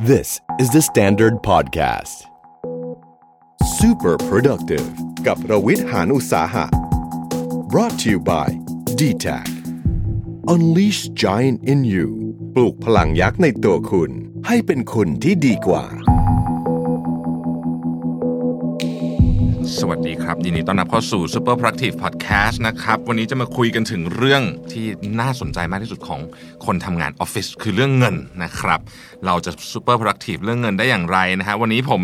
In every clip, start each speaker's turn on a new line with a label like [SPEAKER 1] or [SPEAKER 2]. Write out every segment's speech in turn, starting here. [SPEAKER 1] This is the Standard Podcast. Super productive กับรวิทย์หานอุตสาหะ brought to you by d t a c Unleash Giant in You ปลูกพลังยักษ์ในตัวคุณ ให้เป็นคุณที่ดีกว่า
[SPEAKER 2] สวัสดีครับ ยินดีต้อนรับเข้าสู่ Super Productive Podcast นะครับ วันนี้จะมาคุยกันถึงเรื่องที่น่าสนใจมากที่สุดของคนทำงานออฟฟิศคือเรื่องเงินนะครับ เราจะ Super Productive เรื่องเงินได้อย่างไรนะฮะวันนี้ผม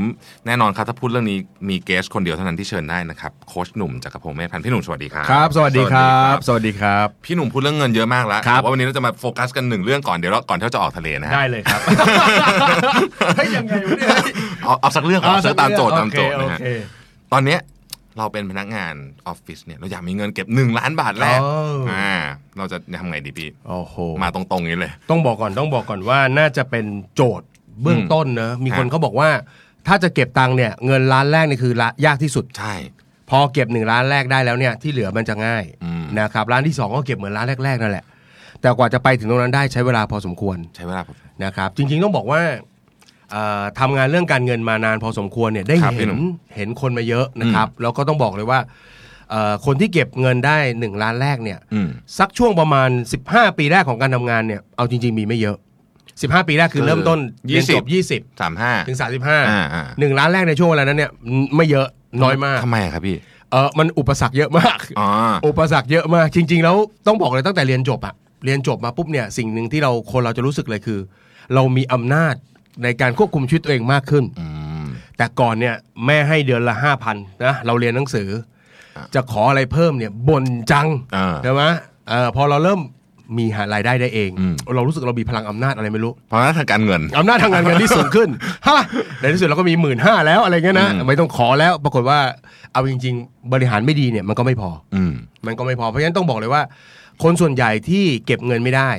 [SPEAKER 2] แน่นอนครับ ถ้าพูดเรื่องนี้มีเกสคนเดียวเท่านั้นที่เชิญได้นะครับ โค้ชหนุ่มจากกระพงศ์เมธพันธ์พี่หนุ่มสวัสดีครับ
[SPEAKER 3] ครับ สวัสดีครับ สวัสดีครับ
[SPEAKER 2] พี่หนุ่มพูดเรื่องเงินเยอะมากแล้ว
[SPEAKER 3] ครับ
[SPEAKER 2] แต่ว่าวันนี้เราจะมาโฟกัสกันหนึ่งเรื่องก่อนเดี๋ยวเราก่อนที่เราจะออกทะเลนะฮะ
[SPEAKER 3] ได้เลยครับ ให้ยังไงว ะเนี่ย
[SPEAKER 2] เอาเอาสักเรื่องก่อนเอาสักตามโจทย์ตามโจทย์
[SPEAKER 3] โอ
[SPEAKER 2] นะฮะ
[SPEAKER 3] เค
[SPEAKER 2] ตอนเนี้ยเราเป็นพนักงานออฟฟิศเนี่ยเราอยากมีเงินเก็บ 1 ล้านบาทแรก
[SPEAKER 3] อ๋ออ่
[SPEAKER 2] อ่าเราจะทำไงดีพี่
[SPEAKER 3] โอ้โห
[SPEAKER 2] มาตรงๆนี้เลย
[SPEAKER 3] ต้องบอกก่อนต้องบอกก่อนว่าน่าจะเป็นโจทย์เบื้องต้นเนอะมีคนเขาบอกว่า ถ้าจะเก็บตังค์เนี่ยเงินล้านแรกนี่คือละยากที่สุด
[SPEAKER 2] ใช่
[SPEAKER 3] พอเก็บหนึ่งล้านแรกได้แล้วเนี่ยที่เหลือมันจะง่าย
[SPEAKER 2] อืม
[SPEAKER 3] นะครับร้านที่สองก็เก็บเหมือนร้านแรกๆนั่นแหละ แต่กว่าจะไปถึงตรงนั้นได้ใช้เวลาพอสมควร
[SPEAKER 2] ใช้เวลาผม
[SPEAKER 3] นะครับจริงๆต้องบอกว่าเอ่อทำงานเรื่องการเงินมานานพอสมควรเนี่ยได้
[SPEAKER 2] ครับพี่
[SPEAKER 3] เห็
[SPEAKER 2] หนุ่
[SPEAKER 3] น
[SPEAKER 2] ม
[SPEAKER 3] เห็นคนมาเยอะนะครับ แล้วก็ต้องบอกเลยว่าเอ่อคนที่เก็บเงินได้ 1 ล้านแรกเนี่ย
[SPEAKER 2] อืม
[SPEAKER 3] สักช่วงประมาณ 15 ปีแรกของการทำงานเนี่ยเอาจริง ๆ มีไม่เยอะ 15 ปีแรก
[SPEAKER 2] คื
[SPEAKER 3] คือ
[SPEAKER 2] อ
[SPEAKER 3] เริ่มต้นเรียนจบ
[SPEAKER 2] 20
[SPEAKER 3] 20
[SPEAKER 2] สามห้า
[SPEAKER 3] ถึง
[SPEAKER 2] อ่า
[SPEAKER 3] 35หนึ่งล้านแรกในช่วงเวลานั้นเนี่ยไม่เยอะน้อยมาก
[SPEAKER 2] ทำไมอะครับพี่
[SPEAKER 3] เออมันอุปสรรคเยอะมาก
[SPEAKER 2] อ๋อ
[SPEAKER 3] อุปสรรคเยอะมากจริง ๆ แล้วต้องบอกเลยตั้งแต่เรียนจบอะเรียนจบมาปุ๊บเนี่ยสิ่งหนึ่งที่เราคนเราจะรู้สึกเลยคือ เรามีอำนาจในการควบคุมชีวิตตัวเองมากขึ้น
[SPEAKER 2] อืม
[SPEAKER 3] แต่ก่อนเนี่ยแม่ให้เดือนละห้าพันนะเราเรียนหนังสือ
[SPEAKER 2] อ่ะ
[SPEAKER 3] จะขออะไรเพิ่มเนี่ยบ่นจัง
[SPEAKER 2] อ่า
[SPEAKER 3] ใช่ไหมเออพอเราเริ่มมีหารายได้ได้เอง
[SPEAKER 2] อืม
[SPEAKER 3] เรารู้สึกเรามีพลังอำนาจอะไรไม่รู้
[SPEAKER 2] เพราะฉะนั้นทางการเงิน
[SPEAKER 3] อำนาจทางการเงินที่สูงขึ้น ฮะในที่สุดเราก็มีหมื่นห้าแล้วอะไรเงี้ยนะ
[SPEAKER 2] อืม
[SPEAKER 3] ไม่ต้องขอแล้วปรากฏว่าเอาจริง ๆ บริหารไม่ดีเนี่ยมันก็ไม่พอ
[SPEAKER 2] อืม
[SPEAKER 3] มันก็ไม่พอเพราะฉะนั้นต้องบอกเลยว่า คนส่วนใหญ่ที่เก็บเงินไม่ได้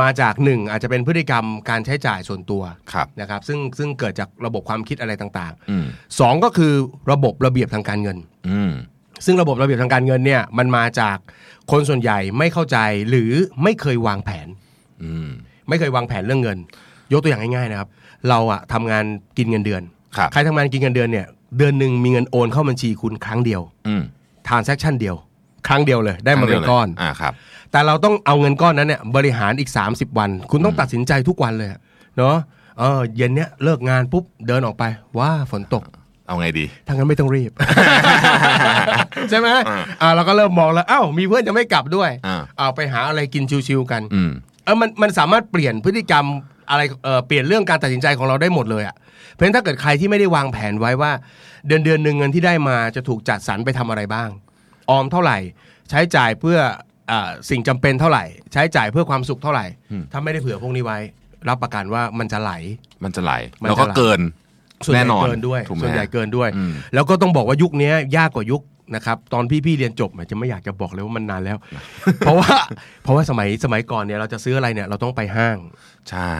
[SPEAKER 3] มาจากหนึ่งอาจจะเป็นพฤติกรรมการใช้จ่ายส่วนตัว
[SPEAKER 2] ครับ
[SPEAKER 3] นะครับซึ่งซึ่งเกิดจากระบบความคิดอะไรต่าง
[SPEAKER 2] อืม
[SPEAKER 3] ๆสองก็คือระบบระเบียบทางการเงิน
[SPEAKER 2] อืม
[SPEAKER 3] ซึ่งระบบระเบียบทางการเงินเนี่ยมันมาจากคนส่วนใหญ่ไม่เข้าใจหรือไม่เคยวางแผน
[SPEAKER 2] อืม
[SPEAKER 3] ไม่เคยวางแผนเรื่องเงิน ยกตัวอย่างง่ายๆนะครับ เราอะทำงานกินเงินเดือน
[SPEAKER 2] ครับ
[SPEAKER 3] ใครทำงานกินเงินเดือนเนี่ยเดือนหนึ่งมีเงินโอนเข้าบัญชีคุณครั้งเดียว
[SPEAKER 2] อืม
[SPEAKER 3] ทรานแซคชั่นเดียว ครั้งเดียวเลยได้มาเป็นก้อน
[SPEAKER 2] อ่าครับ
[SPEAKER 3] แต่เราต้องเอาเงินก้อนนั้นเนี่ยบริหารอีก 30 วัน คุณต้องตัดสินใจทุกวันเลยอะเนาะเออเย็นเนี้ยเลิกงานปุ๊บเดินออกไปว้าฝนตก
[SPEAKER 2] เอาไง ดี
[SPEAKER 3] ทางนั้นไม่ต้องรีบ ใช่ไหมอ่าเราก็เริ่มมองแล้วอ้าวมีเพื่อนจะไม่กลับด้วย
[SPEAKER 2] อ่า
[SPEAKER 3] เอาไปหาอะไรกินชิวๆกัน
[SPEAKER 2] อืม
[SPEAKER 3] เออมันมันสามารถเปลี่ยนพฤติกรรมอะไรเออเปลี่ยนเรื่องการตัดสินใจของเราได้หมดเลยอะเพราะฉะนั้นถ้าเกิดใครที่ไม่ได้วางแผนไว้ว่า เดือนเดือนหนึ่งเงินที่ได้มาจะถูกจัดสรรไปทำอะไรบ้าง ออมเท่าไหร่ ใช้จ่ายเพื่ออาสิ่งจำเป็นเท่าไหร่ ใช้จ่ายเพื่อความสุขเท่าไหร่
[SPEAKER 2] อืม
[SPEAKER 3] ถ้าไม่ได้เผื่อพวกนี้ไว้ รับประกันว่ามันจะไหล
[SPEAKER 2] มันจะไหล
[SPEAKER 3] มัน
[SPEAKER 2] แล้ว
[SPEAKER 3] จะ
[SPEAKER 2] ก็
[SPEAKER 3] ไหล
[SPEAKER 2] เกิน
[SPEAKER 3] ส่วนให
[SPEAKER 2] แน่น
[SPEAKER 3] ญ่
[SPEAKER 2] อน
[SPEAKER 3] เกินด้วย
[SPEAKER 2] ถูกไหม
[SPEAKER 3] ส่วนใหญ่เกินด้วย
[SPEAKER 2] อืม
[SPEAKER 3] แล้วก็ต้องบอกว่ายุคนี้ยากกว่ายุคนะครับตอนพี่พี่ๆเรียนจบอาจจะไม่อยากจะบอกเลยว่ามันนานแล้ว เพราะว่าเพราะว่าสมัยสมัยก่อนเนี่ยเราจะซื้ออะไรเนี่ยเราต้องไปห้าง
[SPEAKER 2] ใช่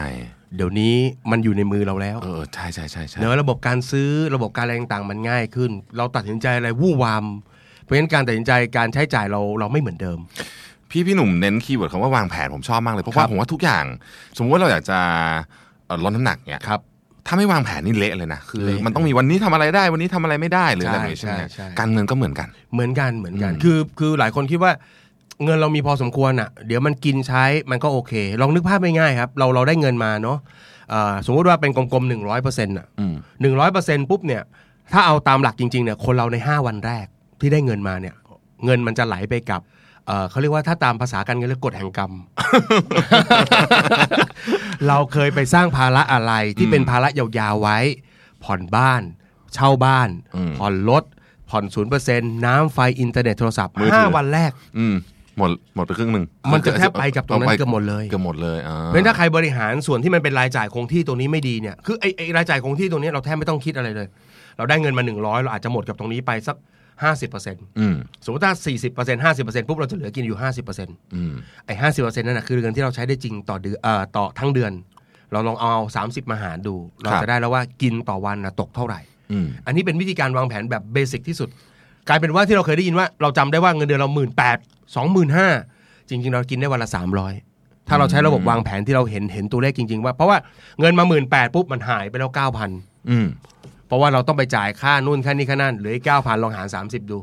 [SPEAKER 3] เดี๋ยวนี้มันอยู่ในมือเราแล้ว
[SPEAKER 2] เออใช่ใช่ใช่ใช่
[SPEAKER 3] เนอะระบบการซื้อระบบการอะไรต่างๆมันง่ายขึ้น เราตัดสินใจอะไรวู่วาม เพราะฉะนั้นการตัดสินใจการใช้จ่ายเราเราไม่เหมือนเดิม
[SPEAKER 2] พี่พี่หนุ่มเน้นคีย์เวิร์ดคำว่าวางแผนผมชอบมากเลย เพราะว่าผมว่าทุกอย่าง สมมติว่าเราอยากจะเอ่อลดน้ำหนักเนี่ย
[SPEAKER 3] ครับ
[SPEAKER 2] ถ้าไม่วางแผนนี่เละเลยนะ คือ
[SPEAKER 3] เละ
[SPEAKER 2] มันต้องมีวันนี้ทำอะไรได้วันนี้ทำอะไรไม่ได้หรืออะไรแบบนี้
[SPEAKER 3] ใช่
[SPEAKER 2] ใช่ไหม
[SPEAKER 3] ใช่ใช่
[SPEAKER 2] การเงินก็เหมือน กัน
[SPEAKER 3] เหมือนกันเหมือนกัน
[SPEAKER 2] อืม
[SPEAKER 3] คือคือหลายคนคิดว่าเงินเรามีพอสมควรอ่ะ เดี๋ยวมันกินใช้มันก็โอเค ลองนึกภาพง่ายๆครับ เราเราได้เงินมาเนาะเอ่อสมมติว่าเป็นกลมๆหนึ่งร้อยเปอร์เซ็นต์อ่ะ
[SPEAKER 2] อืม
[SPEAKER 3] หนึ่งร้อยเปอร์เซ็นต์ปุ๊บเนี่ยถ้าเอาตามหลักจริงๆเนี่ยคนเราในห้าวันแรกที่ได้เงินมาเนี่ย เงินมันจะไหลไปกับเอ่อเขาเรียกว่าถ้าตามภาษาการเงินเรียกกฎแห่งกรรม เราเคยไปสร้างภาระอะไรที่เป็นภาระยาวๆไว้ ผ่อนบ้าน เช่าบ้าน ผ่อนรถผ่อนศูนย์เปอร์เซ็นต์น้ำไฟอินเทอร์เน็ตโทรศัพท์ห้าวันแรก
[SPEAKER 2] อืมหมดหมดไปครึ่งหนึ่ง
[SPEAKER 3] มันจะแทบไปกับตรงนั้น
[SPEAKER 2] ไป
[SPEAKER 3] เกือบหมดเลย
[SPEAKER 2] เกือบหมดเลยอ่า
[SPEAKER 3] เพราะฉะนั้นถ้าใครบริหารส่วนที่มันเป็นรายจ่ายคงที่ตัวนี้ไม่ดีเนี่ยคือไอ้ไอ้รายจ่ายคงที่ตัวนี้เราแทบไม่ต้องคิดอะไรเลย เราได้เงินมา 100 เราอาจจะหมดกับตรงนี้ไปสัก 50%
[SPEAKER 2] อืม
[SPEAKER 3] สมมติถ้า 40% 50%ปุ๊บเราจะเหลือกินอยู่ 50%
[SPEAKER 2] อืม
[SPEAKER 3] ไอ้ห้าสิบเปอร์เซ็นต์นั่นนะคือเงินที่เราใช้ได้จริงต่อเดือนเอ่อต่อทั้งเดือน เราลองเอาสามสิบมาหารดู เราจะได้แล้วว่ากินต่อวันนะตกเท่าไหร่
[SPEAKER 2] อืม
[SPEAKER 3] อันนี้เป็นวิธีการวางแผนแบบเบสิกที่สุด กลายเป็นว่าที่เราเคยได้ยินว่าเราจำได้ว่าเงินเดือนเราหมื่นแปดสองหมื่นห้าจริง ๆ เรากินได้วันละสามร้อย ถ้าเราใช้ระบบวางแผนที่เราเห็นเห็นตัวเลขจริง ๆ ว่า เพราะว่าเงินมาหมื่นแปดปุ๊บมันหายไปแล้วเก้าพัน
[SPEAKER 2] อืม
[SPEAKER 3] เพราะว่าเราต้องไปจ่ายค่านู่นค่านี่ค่านั่นเหลืออีกเก้าพันลองหารสามสิบดู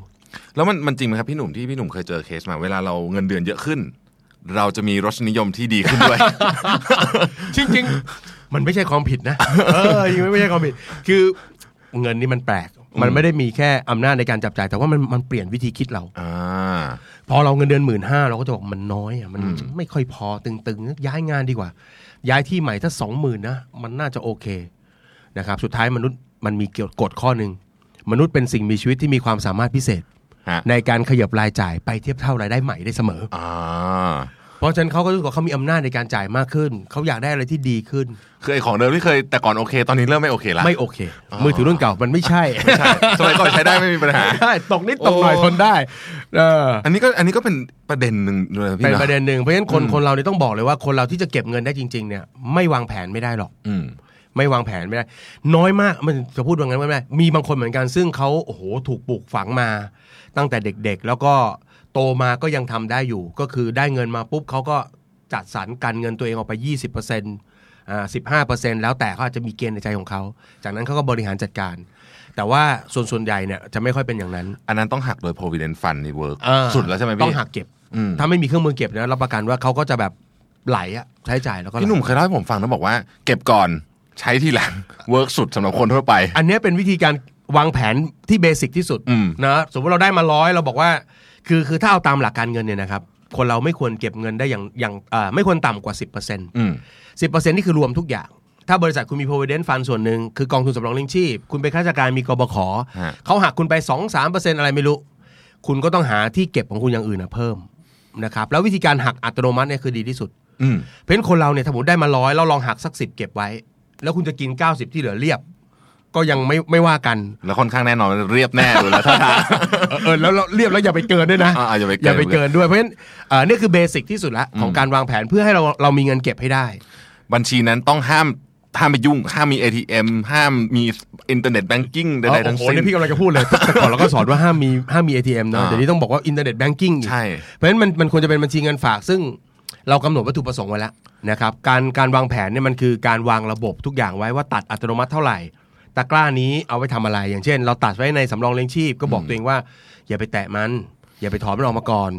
[SPEAKER 2] แล้วมันมันจริงไหมครับพี่หนุ่มที่พี่หนุ่มเคยเจอเคสมาเวลาเราเงินเดือนเยอะขึ้น เราจะมีรสนิยมที่ดีขึ้น ด้วย
[SPEAKER 3] จริงๆ มันไม่ใช่ความผิดนะ เออจริงๆไม่ใช่ความผิด คือเงินนี่มันแปลก มันไม่ได้มีแค่อำนาจในการจับจ่าย แต่ว่ามันมันเปลี่ยนวิธีคิดเรา
[SPEAKER 2] อ่า
[SPEAKER 3] พอเราเงินเดือนหมื่นห้าเราก็จะบอกมันน้อยอ่ะมันไม่ค่อยพอตึงๆ ย้ายงานดีกว่า ย้ายที่ใหม่ถ้าสองหมื่นนะมันน่าจะโอเคนะครับสุดท้ายมนุษย์มันมีกฎข้อหนึ่งมนุษย์เป็นสิ่งมีชีวิตที่มีความสามารถพิเศษ
[SPEAKER 2] ฮะ
[SPEAKER 3] ในการขยับรายจ่ายไปเทียบเท่ารายได้ใหม่ได้เสมอ
[SPEAKER 2] อ่า
[SPEAKER 3] เพราะฉะนั้นเขาก็รู้สึกว่าเขามีอำนาจในการจ่ายมากขึ้นเขาอยากได้อะไรที่ดีขึ้น
[SPEAKER 2] คือไอของเดิมที่เคยแต่ก่อนโอเค ตอนนี้เริ่มไม่โอเคละ
[SPEAKER 3] ไม่โอเค มือถือรุ่นเก่ามันไม่ใช่
[SPEAKER 2] ใช่ สมัยก่อนใช้ได้ไม่มีปัญหา
[SPEAKER 3] ใช่ตกนิดตกหน่อย
[SPEAKER 2] โอ้
[SPEAKER 3] ทนได้เออ
[SPEAKER 2] อันนี้ก็อันนี้ก็เป็นประเด็นหนึ่งเลยพี่
[SPEAKER 3] เป็น
[SPEAKER 2] นะ
[SPEAKER 3] ประเด็นหนึ่งเพราะฉะนั้นคนคนเราเนี่ยต้องบอกเลยว่าคนเราที่จะเก็บเงินได้จริง ๆ เนี่ย ไม่วางแผนไม่ได้หรอก
[SPEAKER 2] อืม
[SPEAKER 3] ไม่วางแผนไม่ได้ น้อยมากมันจะพูดว่างั้นไม่ได้มีบางคนเหมือนกันซึ่งเขาโอ้โหถูกปลูกฝังมา ตั้งแต่เด็กๆ แล้วก็โตมาก็ยังทำได้อยู่ ก็คือได้เงินมาปุ๊บเขาก็จัดสรรการเงินตัวเองออกไป 20%อ่าสิบห้าเปอร์เซ็นต์แล้วแต่เขาอาจจะมีเกณฑ์ในใจของเขาจากนั้นเขาก็บริหารจัดการ แต่ว่าส่วนส่วนใหญ่เนี่ยจะไม่ค่อยเป็นอย่างนั้น
[SPEAKER 2] อันนั้นต้องหักโดย provident fund นี่เวิร์ก
[SPEAKER 3] เออ
[SPEAKER 2] สุดแล้วใช่ไหมพี่
[SPEAKER 3] ต้องหักเก็บ
[SPEAKER 2] อืม
[SPEAKER 3] ถ้าไม่มีเครื่องมือเก็บนะรับประกันว่าเขาก็จะแบบไหลอะใช้จ่ายแล้วก็ไ
[SPEAKER 2] พี่หนุ่มเคยเล่าให้ผมฟังนะบอกว่า เก็บก่อนใช้ทีหลังเวิร์กสุดสำหรับคนทั่วไป
[SPEAKER 3] อันเนี้ยเป็นวิธีการวางแผนที่เบสิกที่สุด
[SPEAKER 2] อืม
[SPEAKER 3] นะสมมติเราได้มาร้อยเราบอกว่า คือคือถ้าเอาตามหลักการเงินเนี่ยนะครับ คนเราไม่ควรเก็บเงินได้อย่างอย่างอ่าไม่ควรต่ำกว่า 10%
[SPEAKER 2] อืม
[SPEAKER 3] 10%นี่คือรวมทุกอย่าง ถ้าบริษัทคุณมี provident fund ส่วนหนึ่งคือกองทุนสำรองเลี้ยงชีพ คุณเป็นข้าราชการมีกบข
[SPEAKER 2] ฮะ
[SPEAKER 3] เขาหักคุณไป 2-3%อะไรไม่รู้ คุณก็ต้องหาที่เก็บของคุณอย่างอื่นนะเพิ่มนะครับแล้ววิธีการหักอัตโนมัติเนี่ยคือดีที่สุด
[SPEAKER 2] อืม
[SPEAKER 3] เพราะฉะนั้นคนเราเนี่ยสมมติได้มาร้อยเราลองหักสักสิบเก็บไว้ แล้วคุณจะกิน 90 ที่เหลือเรียบ ก็ยังไม่ไม่ว่ากัน
[SPEAKER 2] แล้วค่อนข้างแน่นอนเรียบแน่ดูแล้วท่า ทาง
[SPEAKER 3] เออเออแล้วแล้วเรียบแล้วอย่าไปเกินด้วยนะ
[SPEAKER 2] อ่าอย่าไปเกิน
[SPEAKER 3] เกินด้วยเพราะฉะนั้นเอ่อนี่คือเบสิกที่สุดละของการวางแผนเพื่อให้เราเรามีเงินเก็บให้ได้
[SPEAKER 2] บัญชีนั้นต้องห้ามห้ามไปยุ่ง ห้ามมี ATM ห้ามมีอินเทอร์เน็ตแบงกิ้งใดๆทั้ง
[SPEAKER 3] โอ้โห
[SPEAKER 2] สิ้
[SPEAKER 3] นี่
[SPEAKER 2] น
[SPEAKER 3] พี่กำลังจะพูดเลย แต่ก่อนเราก็สอนว่าห้ามมีห้ามมี ATM เนอะ
[SPEAKER 2] อ่า
[SPEAKER 3] เดี๋ยวนี้ต้องบอกว่าอินเทอร์เน็ตแบงกิ้ง
[SPEAKER 2] ใช่
[SPEAKER 3] เพราะฉะนั้นมันมันควรจะเป็นบัญชีเงินฝาก ซึ่งเรากำหนดวัตถุประสงค์ไว้แล้วนะครับการการวางแผนเนี่ยมันคือการวางระบบทุกอย่างไว้ว่าตัดอัตโนมัติเท่าไหร่ตะกร้านี้เอาไว้ทำอะไรอย่างเช่น เราตัดไว้ในสำรองเลี้ยงชีพก็บอกตัวเองว่า อย่าไปแตะมัน อย่าไปถอนมันออกมาก่อน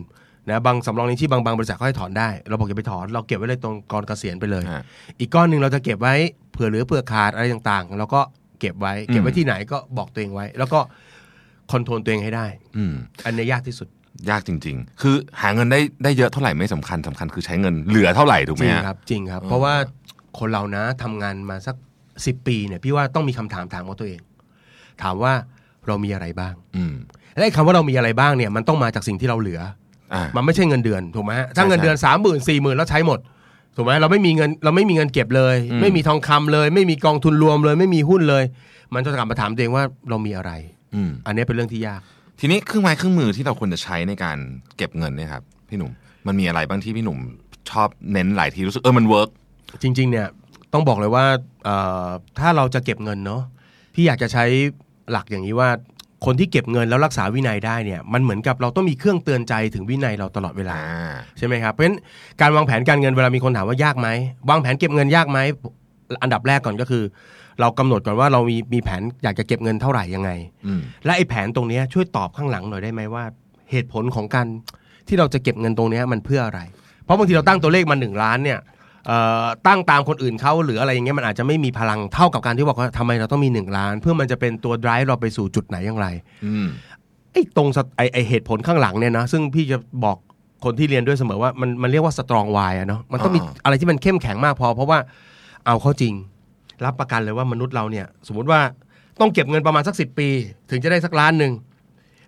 [SPEAKER 3] นะบางสำรองเลี้ยงชีพบางบางบริษัทเขาให้ถอนได้เราบอกอย่าไปถอนเราเก็บไว้เลยตรงก่อนเกษียณไปเลย
[SPEAKER 2] ฮะ
[SPEAKER 3] อีกก้อนหนึ่งเราจะเก็บไว้เผื่อเหลือเผื่อขาดอะไรต่างๆ แล้วก็เก็บไว้เก็บไว้ที่ไหนก็บอกตัวเองไว้ แล้วก็คอนโทรลตัวเองให้ได้
[SPEAKER 2] อืม
[SPEAKER 3] อันเนี้ยยากที่สุด
[SPEAKER 2] ยากจริง ๆ คือหาเงินได้ได้เยอะเท่าไหร่ไม่สำคัญสำคัญคือใช้เงินเหลือเท่าไหร่ถูกไห
[SPEAKER 3] จ
[SPEAKER 2] ม
[SPEAKER 3] ริง
[SPEAKER 2] ฮะ
[SPEAKER 3] ครับจริงครับ เพราะว่าคนเรานะทำงานมาสักสิปีเนี่ยพี่ว่าต้องมีคำถามถามกับตัวเอง ถามว่าเรามีอะไรบ้าง
[SPEAKER 2] อืม
[SPEAKER 3] และไอ้คำว่าเรามีอะไรบ้างเนี่ยมันต้องมาจากสิ่งที่เราเหลือ
[SPEAKER 2] อ่า
[SPEAKER 3] มันไม่ใช่เงินเดือนถูกไหมฮะถ้า
[SPEAKER 2] ใช่
[SPEAKER 3] เงินเดือนสามหมื่นสี่หมื่นแล้วใช้หมดถูกไหมเราไม่มีเงินเราไม่มีเงินเก็บเลย
[SPEAKER 2] อืม
[SPEAKER 3] ไม่มีทองคำเลย ไม่มีกองทุนรวมเลย ไม่มีหุ้นเลย มันจะกลับมาถามตัวเองว่าเรามีอะไร
[SPEAKER 2] อืม
[SPEAKER 3] อันนี้เป็นเรื่องที่ยาก
[SPEAKER 2] ทีนี้เครื่องไม้เครื่องมือที่เราควรจะใช้ในการเก็บเงินเนี่ยครับพี่หนุ่มมันมีอะไรบ้างที่พี่หนุ่มชอบเน้นหลายทีรู้สึกเออมันเวิร์ก
[SPEAKER 3] จริง ๆ เนี่ยต้องบอกเลยว่าเอ่อถ้าเราจะเก็บเงินเนาะพี่อยากจะใช้หลักอย่างนี้ว่า คนที่เก็บเงินแล้วรักษาวินัยได้เนี่ยมันเหมือนกับเราต้องมีเครื่องเตือนใจถึงวินัยเราตลอดเวลา ใช่ไหมครับเพราะฉะนั้นการวางแผนการเงินเวลามีคนถามว่ายากไหมวางแผนเก็บเงินยากไหมอันดับแรกก่อนก็คือ เรากำหนดก่อนว่าเรามีมีแผนอยากจะเก็บเงินเท่าไหร่ยังไง
[SPEAKER 2] อืม
[SPEAKER 3] และไอ้แผนตรงเนี้ยช่วยตอบข้างหลังหน่อยได้ไหมว่า เหตุผลของการที่เราจะเก็บเงินตรงเนี้ยมันเพื่ออะไร เพราะบางทีเราตั้งตัวเลขมาหนึ่งล้านเนี่ยเอ่อตั้งตามคนอื่นเขาหรืออะไรอย่างเงี้ยมันอาจจะไม่มีพลังเท่ากับการที่บอกว่าทำไมเราต้องมีหนึ่งล้าน เพื่อมันจะเป็นตัว drive เราไปสู่จุดไหนอย่างไร
[SPEAKER 2] อืม
[SPEAKER 3] ไอ้ตรงสตไอ้ไอ้เหตุผลข้างหลังเนี่ยนะซึ่งพี่จะบอกคนที่เรียนด้วยเสมอว่ามันมันเรียกว่าสตรองวายอะเนาะมันต้องมี
[SPEAKER 2] อ่า
[SPEAKER 3] อะไรที่มันเข้มแข็งมากพอ เพราะว่าเอาเข้าจริง รับประกันเลยว่ามนุษย์เราเนี่ย สมมติว่าต้องเก็บเงินประมาณสักสิปี ถึงจะได้สักล้านหนึ่ง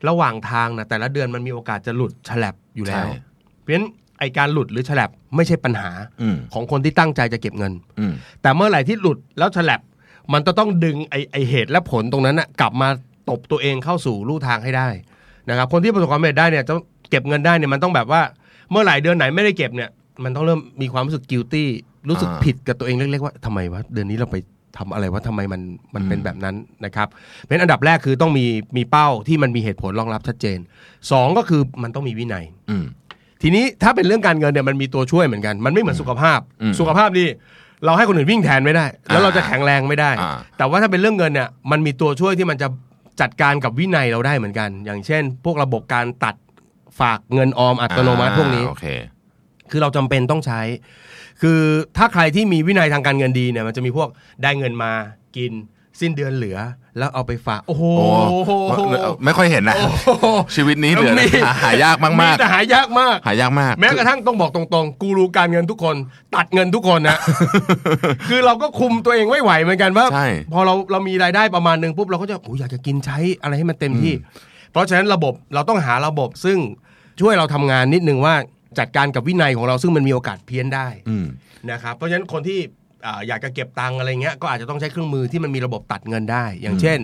[SPEAKER 3] ระหว่างทางนะแต่ละเดือนมันมีโอกาสจะหลุดฉลับอยู่แล้ว เพราะฉะนั้นไอการหลุดหรือฉลับไม่ใช่ปัญหา
[SPEAKER 2] อืม
[SPEAKER 3] ของคนที่ตั้งใจจะเก็บเงิน
[SPEAKER 2] อืม
[SPEAKER 3] แต่เมื่อไหร่ที่หลุดแล้วฉลับมันจะต้องดึงไอไอเหตุและผลตรงนั้นนะกลับมาตบตัวเองเข้าสู่ลู่ทางให้ได้นะครับคนที่ประสบความสำเร็จได้เนี่ยจะเก็บเงินได้เนี่ยมันต้องแบบว่าเมื่อไหร่เดือนไหนไม่ได้เก็บเนี่ย มันต้องเริ่มมีความรู้สึก guilty รู้สึกผิดกับตัวเองเล็กๆว่าทำไมวะเดือนนี้เราไปทำอะไรวะทำไมมันมันเป็นแบบนั้นนะครับเพราะฉะนั้นอันดับแรกคือต้องมีมีเป้าที่มันมีเหตุผลรองรับชัดเจนสองก็คือมันต้องมีวินัย
[SPEAKER 2] อืม
[SPEAKER 3] ทีนี้ถ้าเป็นเรื่องการเงินเนี่ยมันมีตัวช่วยเหมือนกัน มันไม่เหมือนสุขภาพ
[SPEAKER 2] อืม
[SPEAKER 3] สุขภาพนี่เราให้คนอื่นวิ่งแทนไม่ได้ แล้วเราจะแข็งแรงไม่ได้
[SPEAKER 2] อ่า
[SPEAKER 3] แต่ว่าถ้าเป็นเรื่องเงินเนี่ยมันมีตัวช่วยที่มันจะจัดการกับวินัยเราได้เหมือนกัน อย่างเช่น พวกระบบการตัดฝากเงินออมอัตโนมัติพวกนี้
[SPEAKER 2] อ่าโอเค
[SPEAKER 3] คือเราจำเป็นต้องใช้ คือถ้าใครที่มีวินัยทางการเงินดีเนี่ยมันจะมีพวกได้เงินมากิน สิ้นเดือนเหลือ แล้วเอาไปฝาก โอ้โห
[SPEAKER 2] โอ้ไม่ค่อยเห็นนะ ชีวิตนี้เหลือ
[SPEAKER 3] มี
[SPEAKER 2] หาหายากมาก
[SPEAKER 3] แต่หายากมาก
[SPEAKER 2] ๆ หายากมาก
[SPEAKER 3] แม้กระทั่งต้องบอกตรงๆ กูรู้การเงินทุกคน ตัดเงินทุกคน นะ คือเราก็คุมตัวเองไม่ไหวเหมือนกันว่า
[SPEAKER 2] ใช่
[SPEAKER 3] พอเราเรามีรายได้ประมาณหนึ่งปุ๊บเราก็จะโอ้ยอยากจะกินใช้อะไรให้มันเต็มที่ เพราะฉะนั้นระบบเราต้องหาระบบซึ่งช่วยเราทำงานนิดนึงว่าจัดการกับวินัยของเราซึ่งมันมีโอกาสเพี้ยนได้
[SPEAKER 2] อืม
[SPEAKER 3] นะครับเพราะฉะนั้นคนที่อ่าอยากจะเก็บตังค์อะไรเงี้ยก็อาจจะต้องใช้เครื่องมือที่มันมีระบบตัดเงินได้ อย่างเช่น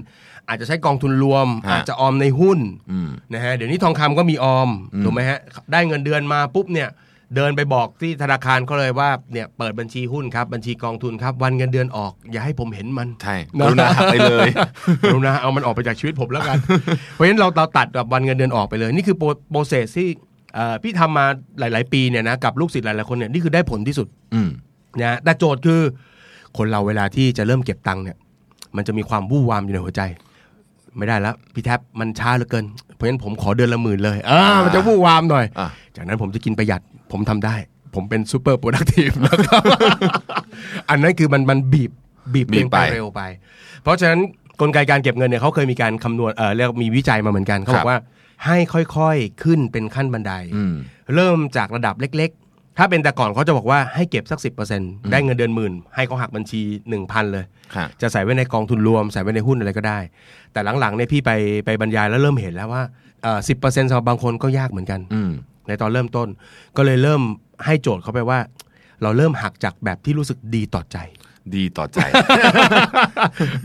[SPEAKER 3] อาจจะใช้กองทุนรวม
[SPEAKER 2] ฮะ
[SPEAKER 3] อาจจะออมในหุ้น
[SPEAKER 2] อืม
[SPEAKER 3] นะฮะเดี๋ยวนี้ทองคำก็มีออม
[SPEAKER 2] อืม
[SPEAKER 3] ถูกไหมฮะได้เงินเดือนมาปุ๊บเนี่ยเดินไปบอกที่ธนาคารเขาเลยว่าเนี่ยเปิดบัญชีหุ้นครับบัญชีกองทุนครับวันเงินเดือนออก อย่าให้ผมเห็นมัน
[SPEAKER 2] ใช่กรุณาหักไปเลย
[SPEAKER 3] ก รุณาเอามันออกไปจากชีวิตผมแล้ว กัน เพราะฉะนั้นเราเราตัดแบบวันเงินเดือนออกไปเลย นี่คือโปรเซสที่เอ่อพี่ทำมาหลาย ๆ ปีเนี่ยนะกับลูกศิษย์หลาย ๆ คนเนี่ยนี่คือได้ผลที่สุด
[SPEAKER 2] อืม
[SPEAKER 3] นะแต่โจทย์คือ คนเราเวลาที่จะเริ่มเก็บตังค์เนี่ยมันจะมีความวู่วามอยู่ในหัวใจ ไม่ได้แล้วพี่แท็บมันช้าเหลือเกิน เพราะฉะนั้นผมขอเดือนละหมื่นเลยเออมันจะวู่วามหน่อย
[SPEAKER 2] อ่ะ
[SPEAKER 3] จากนั้นผมจะกินประหยัดผมทำได้ ผมเป็นซูเปอร์โปรดักทีฟ นะครับ อันนั้นคือมันมันบีบบีบ
[SPEAKER 2] บีบ
[SPEAKER 3] เป็นไป
[SPEAKER 2] ไป
[SPEAKER 3] เร็วไป เพราะฉะนั้นกลไกการเก็บเงินเนี่ยเขาเคยมีการคำนวณเออเรียกมีวิจัยมาเหมือนกันเขา
[SPEAKER 2] ค
[SPEAKER 3] บอ
[SPEAKER 2] รั
[SPEAKER 3] ก
[SPEAKER 2] บ
[SPEAKER 3] ว่าให้ค่อยๆขึ้นเป็นขั้นบันได
[SPEAKER 2] อืม
[SPEAKER 3] เริ่มจากระดับเล็กๆ ถ้าเป็นแต่ก่อนเขาจะบอกว่าให้เก็บสัก 10%ได้เงินเดือนหมื่น ให้เขาหักบัญชี 1,000 เลย
[SPEAKER 2] ค่ะ
[SPEAKER 3] จะใส่ไว้ในกองทุนรวม ใส่ไว้ในหุ้นอะไรก็ได้ แต่หลังๆเนี่ยพี่ไปไปบรรยายแล้วเริ่มเห็นแล้วว่าสิบเปอร์เซ็นต์สำหรับบางคนก็ยากเหมือนกัน
[SPEAKER 2] อืม
[SPEAKER 3] ในตอนเริ่มต้นก็เลยเริ่มให้โจทย์เขาไปว่า เราเริ่มหักจากแบบที่รู้สึกดีต่อใจ
[SPEAKER 2] ดีต่อใจ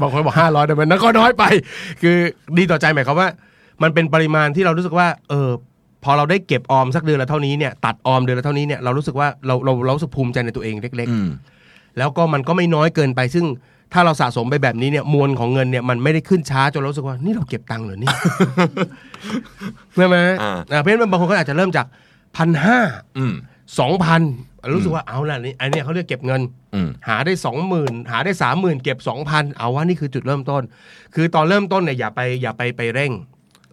[SPEAKER 3] บางคนบอกห้าร้อยแต่มันนั้นก็น้อยไป คือดีต่อใจหมายความว่า มันเป็นปริมาณที่เรารู้สึกว่า เออ พอเราได้เก็บออมสักเดือนละเท่านี้เนี่ยตัดออมเดือนละเท่านี้เนี่ยเรารู้สึกว่าเราเราเรารู้สึกภูมิใจในตัวเองเล็ก
[SPEAKER 2] อืม
[SPEAKER 3] ๆ แล้วก็มันก็ไม่น้อยเกินไป ซึ่งถ้าเราสะสมไปแบบนี้เนี่ยมวลของเงินเนี่ยมันไม่ได้ขึ้นช้าจนเรารู้สึกว่านี่เราเก็บตังค์เหรอเนี่ย ใช่ไหม
[SPEAKER 2] อ่า
[SPEAKER 3] อ่าเพราะฉะนั้นบางคนก็อาจจะเริ่มจากพันห้า
[SPEAKER 2] อืม
[SPEAKER 3] สองพันรู้สึกว่าเอาล่ะนี่อันเนี้ยเขาเรียกเก็บเงิน
[SPEAKER 2] อืม
[SPEAKER 3] หาได้สองหมื่นหาได้สามหมื่นเก็บสองพันเอาว่านี่คือจุดเริ่มต้น คือตอนเริ่มต้นเนี่ยอย่าไปอย่าไปไปเร่ง